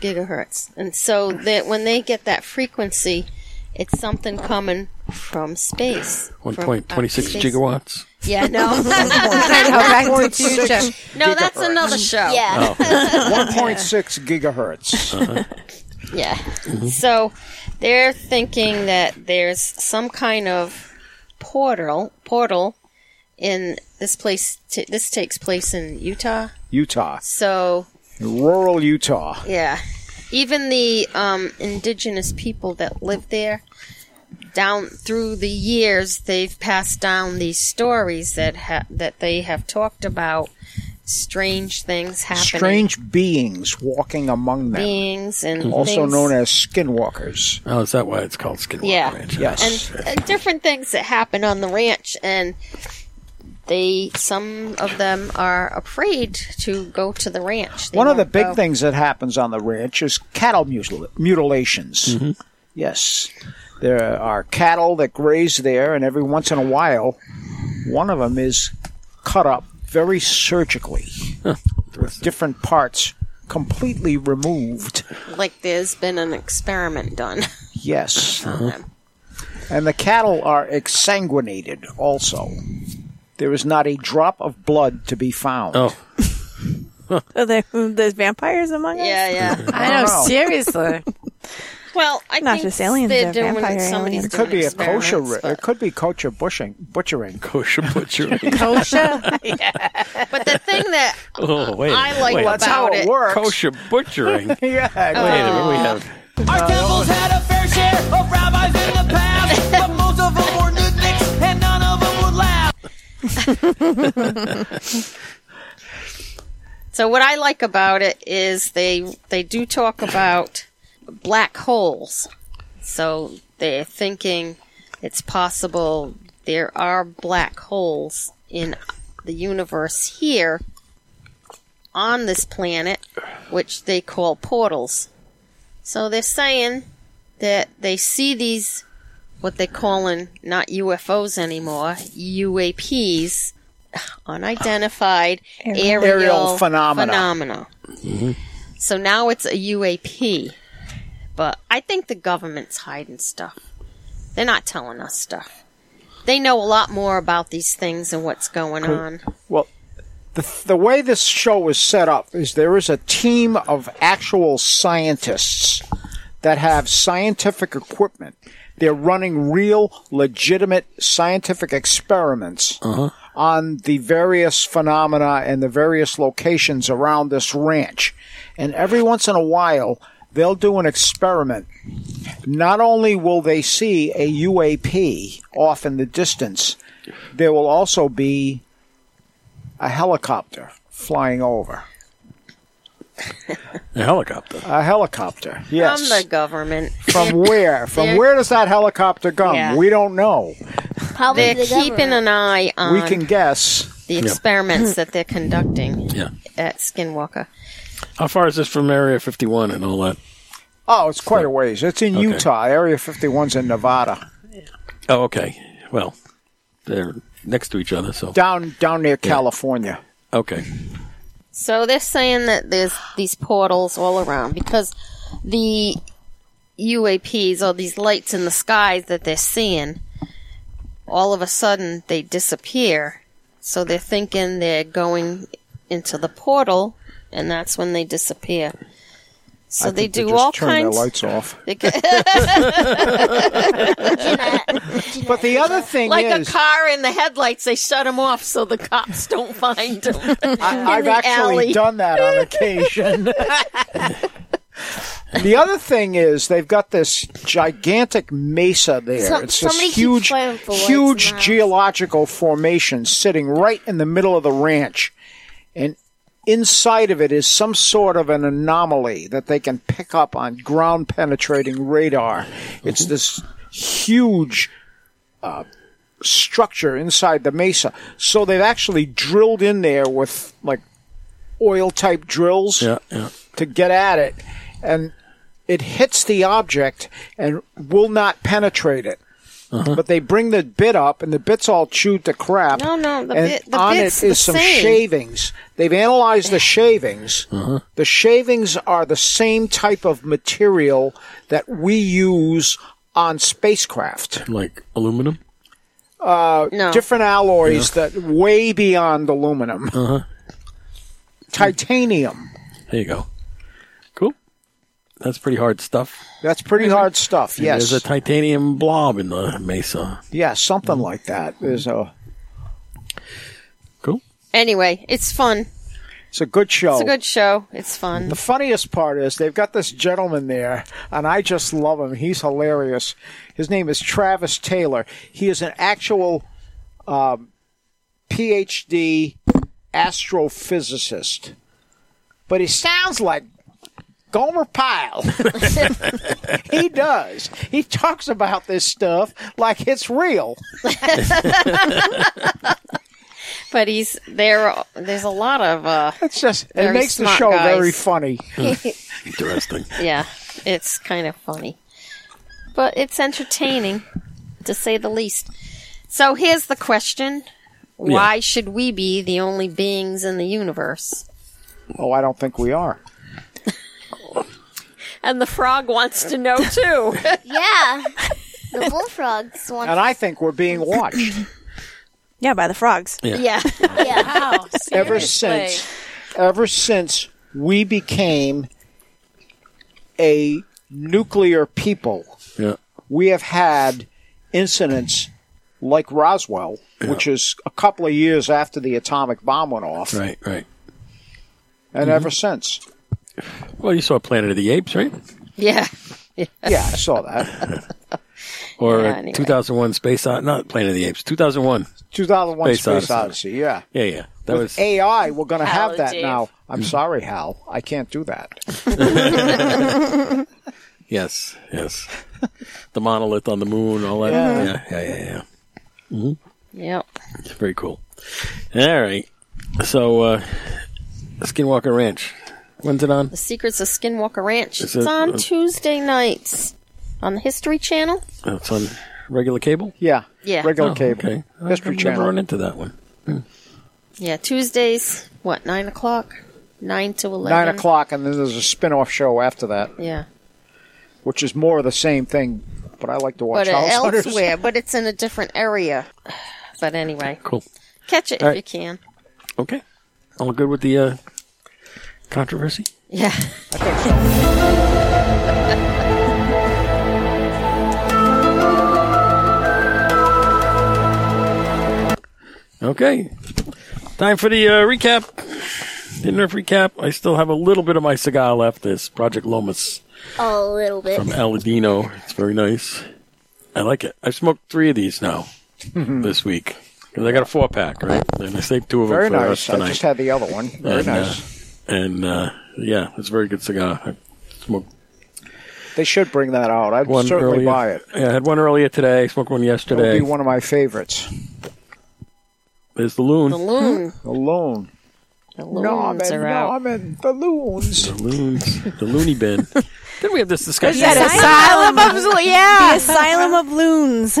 gigahertz. And so that when they get that frequency, it's something coming from space. One from point twenty outer six space. gigawatts. Yeah, no. Back to the future. no, that's another show. Yeah. 1.6 Uh-huh. gigahertz. Yeah. Mm-hmm. So they're thinking that there's some kind of portal portal in this place t- this takes place in Utah. Utah. So, Rural Utah. yeah. Even the um, indigenous people that live there down through the years they've passed down these stories that ha- that they have talked about strange things happening Strange beings walking among them. beings and Also things- known as skinwalkers. Oh, is that why it's called Skinwalker Yeah. Ranch? Yes. and uh, different things that happen on the ranch and they some of them are afraid to go to the ranch They One of the won't big go. things that happens on the ranch is cattle mutil- mutilations. Yes. There are cattle that graze there, and every once in a while, one of them is cut up very surgically with different parts completely removed. like there's been an experiment done Yes. And the cattle are exsanguinated also. There is not a drop of blood to be found. Oh, Are there, um, there's vampires among us? yeah yeah I know, seriously. well i Not think just aliens, they're they're doing vampire somebody's aliens. It could doing be a kosher. experiments, It could be kosher bushing, butchering. kosher butcher. Kosha? but, but the thing that oh, wait. a i minute, like wait. a about minute. how it it works. kosher butchering. wait Yeah. a minute. We have Our temples had a fair share of rabbis in the past, but most of them were nudniks and none of them would laugh. So what I like about it is they they do talk about black holes. So they're thinking it's possible there are black holes in the universe here on this planet which they call portals. So they're saying that they see these what they're calling not UFOs anymore, UAPs, unidentified aerial, Aerial phenomena. phenomena. So now it's a UAP. But I think the government's hiding stuff. They're not telling us stuff. They know a lot more about these things and what's going on. Well, the, the way this show is set up is there is a team of actual scientists that have scientific equipment. They're running real, legitimate scientific experiments on the various phenomena and the various locations around this ranch. And every once in a while, they'll do an experiment. Not only will they see a UAP off in the distance, there will also be a helicopter flying over. a helicopter. A helicopter, yes. From the government. From where? From They're- where does that helicopter come? Yeah. We don't know. Probably They're the keeping government. an eye on We can guess. the experiments that they're conducting Yeah. at Skinwalker. How far is this from Area 51 and all that? Oh, it's quite a ways. It's in Okay. Utah. Area 51's in Nevada. Oh, okay. Well, they're next to each other, so. Down down near California. Oh, Okay. So they're saying that there's these portals all around because the UAPs or these lights in the skies that they're seeing, all of a sudden they disappear. So they're thinking they're going into the portal, and that's when they disappear. So they do just all turn kinds. their lights off. they go- But the other thing like is, a car in the headlights, they shut them off so the cops don't find them. I, I've the actually alley. done that on occasion. the other thing is, they've got this gigantic mesa there. Some- it's this somebody keeps huge, firing for lights in huge my house. geological formation sitting right in the middle of the ranch, and inside of it is some sort of an anomaly that they can pick up on ground penetrating radar. It's this huge uh, structure inside the mesa. So they've actually drilled in there with like oil type drills Yeah, yeah. to get at it. And it hits the object and will not penetrate it. Uh-huh. But they bring the bit up, and the bit's all chewed to crap. No, no, the and bit- the on bit's it the is some same. shavings. They've analyzed the shavings. Uh-huh. The shavings are the same type of material that we use on spacecraft. Like aluminum? No. different alloys that way beyond aluminum. Uh-huh. Titanium. There you go. Cool. That's pretty hard stuff. That's pretty hard stuff. And Yes. There's a titanium blob in the mesa. yeah, something like that. There's a Cool. Anyway, it's fun. it's a good show. It's a good show. It's fun. Oh. the funniest part is they've got this gentleman there, and I just love him. He's hilarious. His name is Travis Taylor. He is an actual um, PhD astrophysicist, but he sounds like Gomer Pyle. he does. He talks about this stuff like it's real. But he's there. There's a lot of uh, It's just it Very makes the smart show guys. very funny. Interesting. yeah. It's kind of funny, but it's entertaining, to say the least. So here's the question: Why should we be the only beings in the universe? Oh, I don't think we are. And the frog wants to know too. Yeah. The bullfrogs want And I think we're being watched Yeah, by the frogs. yeah. yeah. ever since ever since we became a nuclear people. Yeah. We have had incidents like Roswell, which is a couple of years after the atomic bomb went off, Right, Mm-hmm. right. and ever since. Well, you saw Planet of the Apes, right? Yeah. Yeah, I saw that. Or uh, Yeah, anyway. 2001 Space Odyssey. Not Planet of the Apes. 2001. 2001 Space Space Odyssey, Odyssey. yeah. Yeah, Mm-hmm. yeah. That was. AI, we're going to have Hal, that Dave. now. I'm sorry, Hal. I can't do that. Yes, yes. the monolith on the moon, all that. Yeah, yeah, yeah, yeah. Yep. It's very cool. All right. So, uh, Skinwalker Ranch. When's it on? The Secrets of Skinwalker Ranch. Is It's, it- on uh, Tuesday nights on the History Channel. Oh, it's on regular cable? Yeah. Yeah. Regular Oh, cable. Okay. I- History I've Channel. never run into that one. Yeah, Tuesdays. What nine o'clock? Nine to eleven. Nine o'clock, and then there's a spin off show after that, Yeah, which is more of the same thing, but I like to watch but uh, House Hunters. elsewhere. But it's in a different area. But anyway, Cool. catch it if Alright. you can. Okay. All good with the uh, controversy? Yeah. Okay. Time for the uh, recap. The nerf recap. I still have a little bit of my cigar left. This Project Lomas Oh, a little bit. from Aladino. It's very nice. I like it. I've smoked three of these now this week. 'Cause I got a four pack, right? And I saved two of them Very for us nice. I tonight. just had the other one. Very And, uh, nice. and uh, yeah, it's a very good cigar. I smoked They should bring that out. I'd one certainly earlier. buy it. Yeah, I had one earlier today. Smoked one It would yesterday. be one of my favorites. There's the loon. The loon. The loon. The loons are out. Norman, the loons. The loons. The loony bin. Didn't we have this discussion? asylum of yeah, the asylum of loons.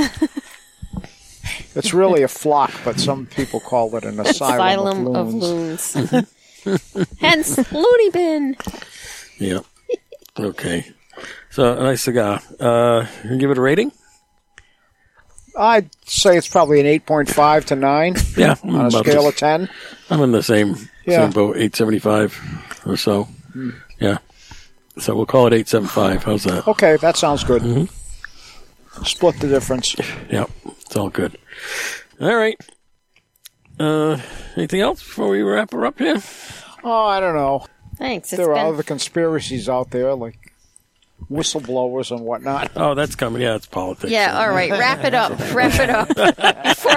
It's really a flock, but some people call it an asylum, Asylum of loons. loons. Hence, loony bin. Yeah. Okay. So a nice cigar. Uh, you gonna give it a rating? I'd say it's probably an 8.5 to 9 Yeah, I'm on a about scale the- of 10. I'm in the same Yeah. same boat, eight seventy five or so. Yeah. So we'll call it eight seven five. How's that? Okay, that sounds good. Mm-hmm. Split the difference. Yeah, it's all good. All right. Uh, anything else before we wrap her up here? Oh, I don't know. Thanks. It's there are been other conspiracies out there, like whistleblowers and whatnot. Oh, that's coming. Yeah, it's politics. Yeah, all right. Wrap it up. Wrap it up. Before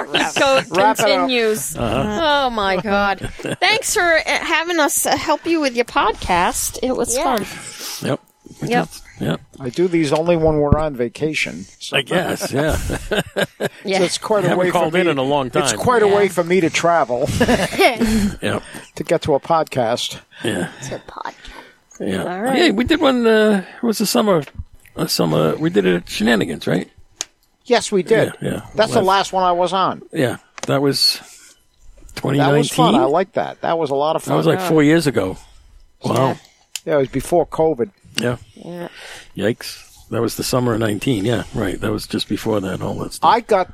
this go Wrap it up. continues. Oh my god. Thanks for uh, having us uh, help you with your podcast. It was Yeah. fun. Yep. Yep. Yep. I do these only when we're on vacation. So I guess. Yeah. Yeah. it's quite a haven't way called for me. in in a long It's time. quite a way for me to travel yep. to get to a podcast. Yeah. It's a podcast. Yeah. All right. Yeah, we did one. Uh, it was a summer. A summer. We did it at Shenanigans, right? Yes, we did. Yeah, yeah. That's the last one I was on. Yeah. That was 2019. That was fun. I like that. That was a lot of fun. That was like four years ago. Wow. yeah, it was before COVID. Yeah. Yeah. Yikes. That was the summer of 19. Yeah, right. That was just before that. All that stuff. I got.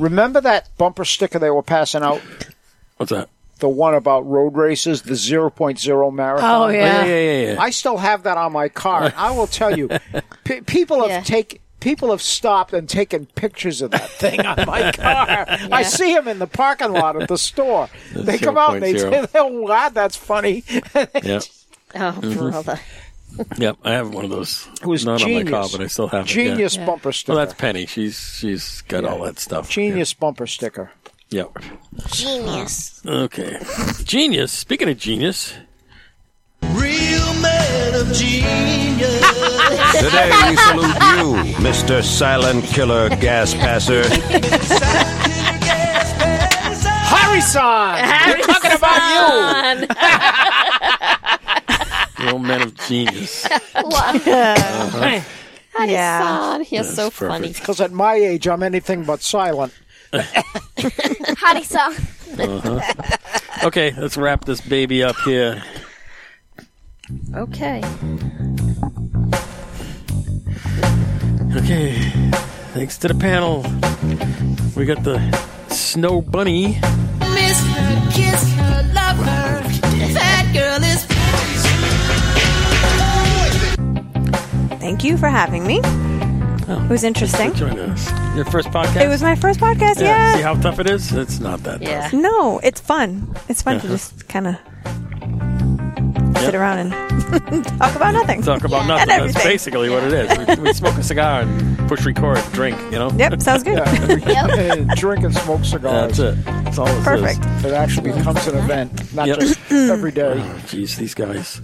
Remember that bumper sticker they were passing out? What's that? The one about road races, the 0.0 marathon. Oh Yeah, yeah. yeah, yeah. yeah. I still have that on my car. And I will tell you, pe- people have Yeah. take people have stopped and taken pictures of that thing on my car. I see them in the parking lot at the store. they come out and they 0.0. say, "Oh, wow, that's funny." it yeah. Oh, brother. Yep, I have one of those. It was not genius. on my car, but I still have it. yeah. genius bumper sticker. Well, that's Penny. She's she's got all that stuff. genius bumper sticker. Yeah. Yep. Mm-hmm. Genius. Okay. genius. Speaking of genius, Real man of genius. Today we salute you, Mr. Silent Killer Gas Passer. Harrison, We're talking about you. the old Oh, man of genius. yeah. You're so perfect. funny. because at my age I'm anything but silent. Harrison. Okay, let's wrap this baby up here. Okay. Okay. Thanks to the panel. We got the snow bunny. Miss her, kiss her, love her. Fat girl is Thank you for having me. it was interesting. Join us. Your first podcast. It was my first podcast. yeah. Yeah. See how tough it is? It's not that Yeah. No, it's fun. It's fun to just kind of sit around and talk about nothing. talk about And nothing. That's everything. basically what it is. We, we smoke a cigar and push record, drink. You know. Yep, sounds good. And drink and smoke uh, cigars. That's it. That's all it is. Perfect. It actually becomes an event, not Yep. just every day. Jeez, these guys.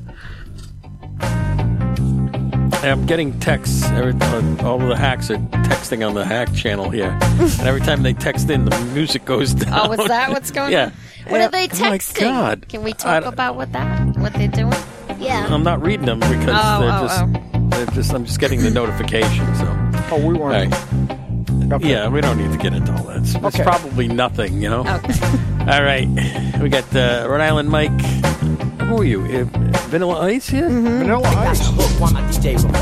I'm getting texts. Every, uh, all of the hacks are texting on the hack channel here, and every time they text in, the music goes down. Oh, is that what's going Yeah. on? What are they Oh my texting? God. Can we I talk d- about what that what they're doing? Yeah. I'm not reading them because Oh, they're oh, just. They're just. I'm just getting the notification. So. Oh, we All weren't. right. Yeah, we don't need to get into all that. It's, it's Okay. probably nothing, you know. Okay. All right, we got uh, Rhode Island Mike. Who are you? Uh, Vanilla Ice here? Mm-hmm. Vanilla Ice.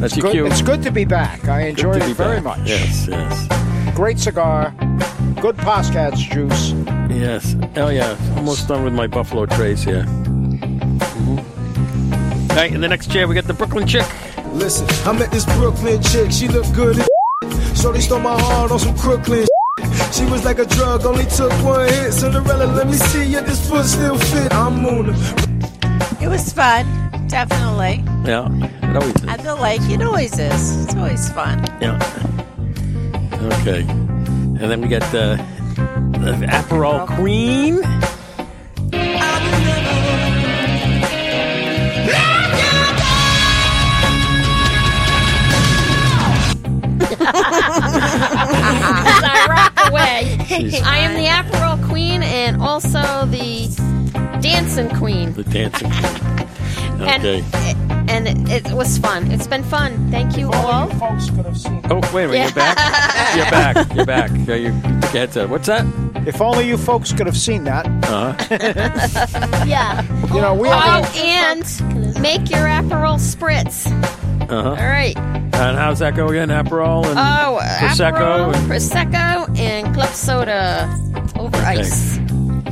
That's your Good- cue. it's good to be back. I Good enjoyed to be it very back. much. Yes, yes, Great cigar, good Poscats juice. yes. Oh yeah, almost done with my buffalo trays here. Mhm. All right, in the next chair we got the Brooklyn chick. Listen, I met this Brooklyn chick, she looked good as So they stole my heart on some Crooklyn shit. She was like a drug, only took one hit. Cinderella, let me see if this foot still fit. I'm Muna. It was fun, definitely. Yeah, it always is. At the lake, it always is. It's always fun. Yeah. Okay, and then we got uh, the, the Aperol Queen. As I rock away, I am the Aperol Queen and also the Dancing Queen. The dancing queen. Okay. And, and it, was fun. It's been fun. Thank you all. Folks could have seen. oh wait a minute, you're back. You're back. You're back. Yeah, you you took your headset. What's that? If only you folks could have seen that. Uh huh. Yeah. You know, we have Oh, and make your Aperol spritz. Uh huh. All right. And how's that go again? Aperol and Oh, Prosecco Aperol, and- Prosecco, and club soda over ice.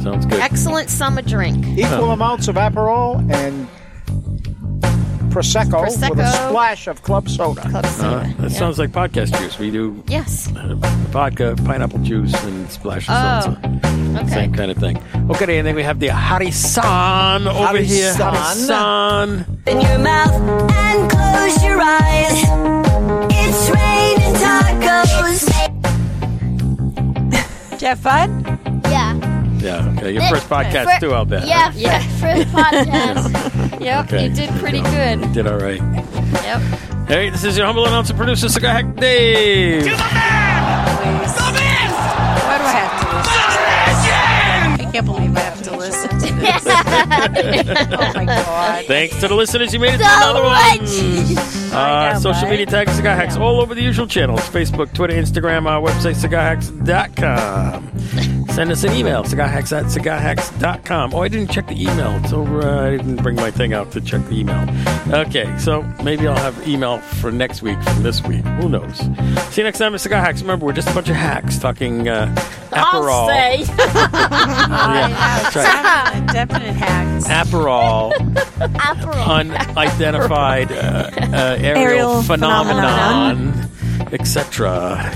sounds good. Excellent summer drink. equal amounts of Aperol and Prosecco, with a Prosecco. splash of club soda. Club soda. Uh, that yeah. sounds like podcast juice. We do Yes. uh, vodka, pineapple juice, and splash of Oh, salsa. Okay. Same kind of thing. Okay, and then we have the Harisan over here. Harisan. Harisan. Open your mouth and close your eyes. It's raining tacos. Did you have fun? Yeah. Yeah, okay. Your Th- first podcast, fir- too, I'll bet. Yeah. right? fir- Yeah. First podcast. Yep. Okay, You did there pretty go. good. You did all right. Yep. Hey, this is your humble announcer, producer, Cigar Hack Dave. What do I have to lose? can't believe I have to listen to this. oh my god. Thanks to the listeners, you made it to So another one. much. Uh, social media tags, Cigar Hacks, all over the usual channels Facebook, Twitter, Instagram, our website, cigarhacks.com. Send us an email, cigarhacks at cigarhacks.com. Oh, I didn't check the email. It's over. Uh, I didn't bring my thing out to check the email. Okay, so maybe I'll have email for next week from this week. Who knows? See you next time at Cigar Hacks. Remember, we're just a bunch of hacks talking uh, Aperol. I'll say. Yeah, that's right. Definite hacks. Aperol. unidentified uh, uh, aerial, Aerial phenomenon, etc.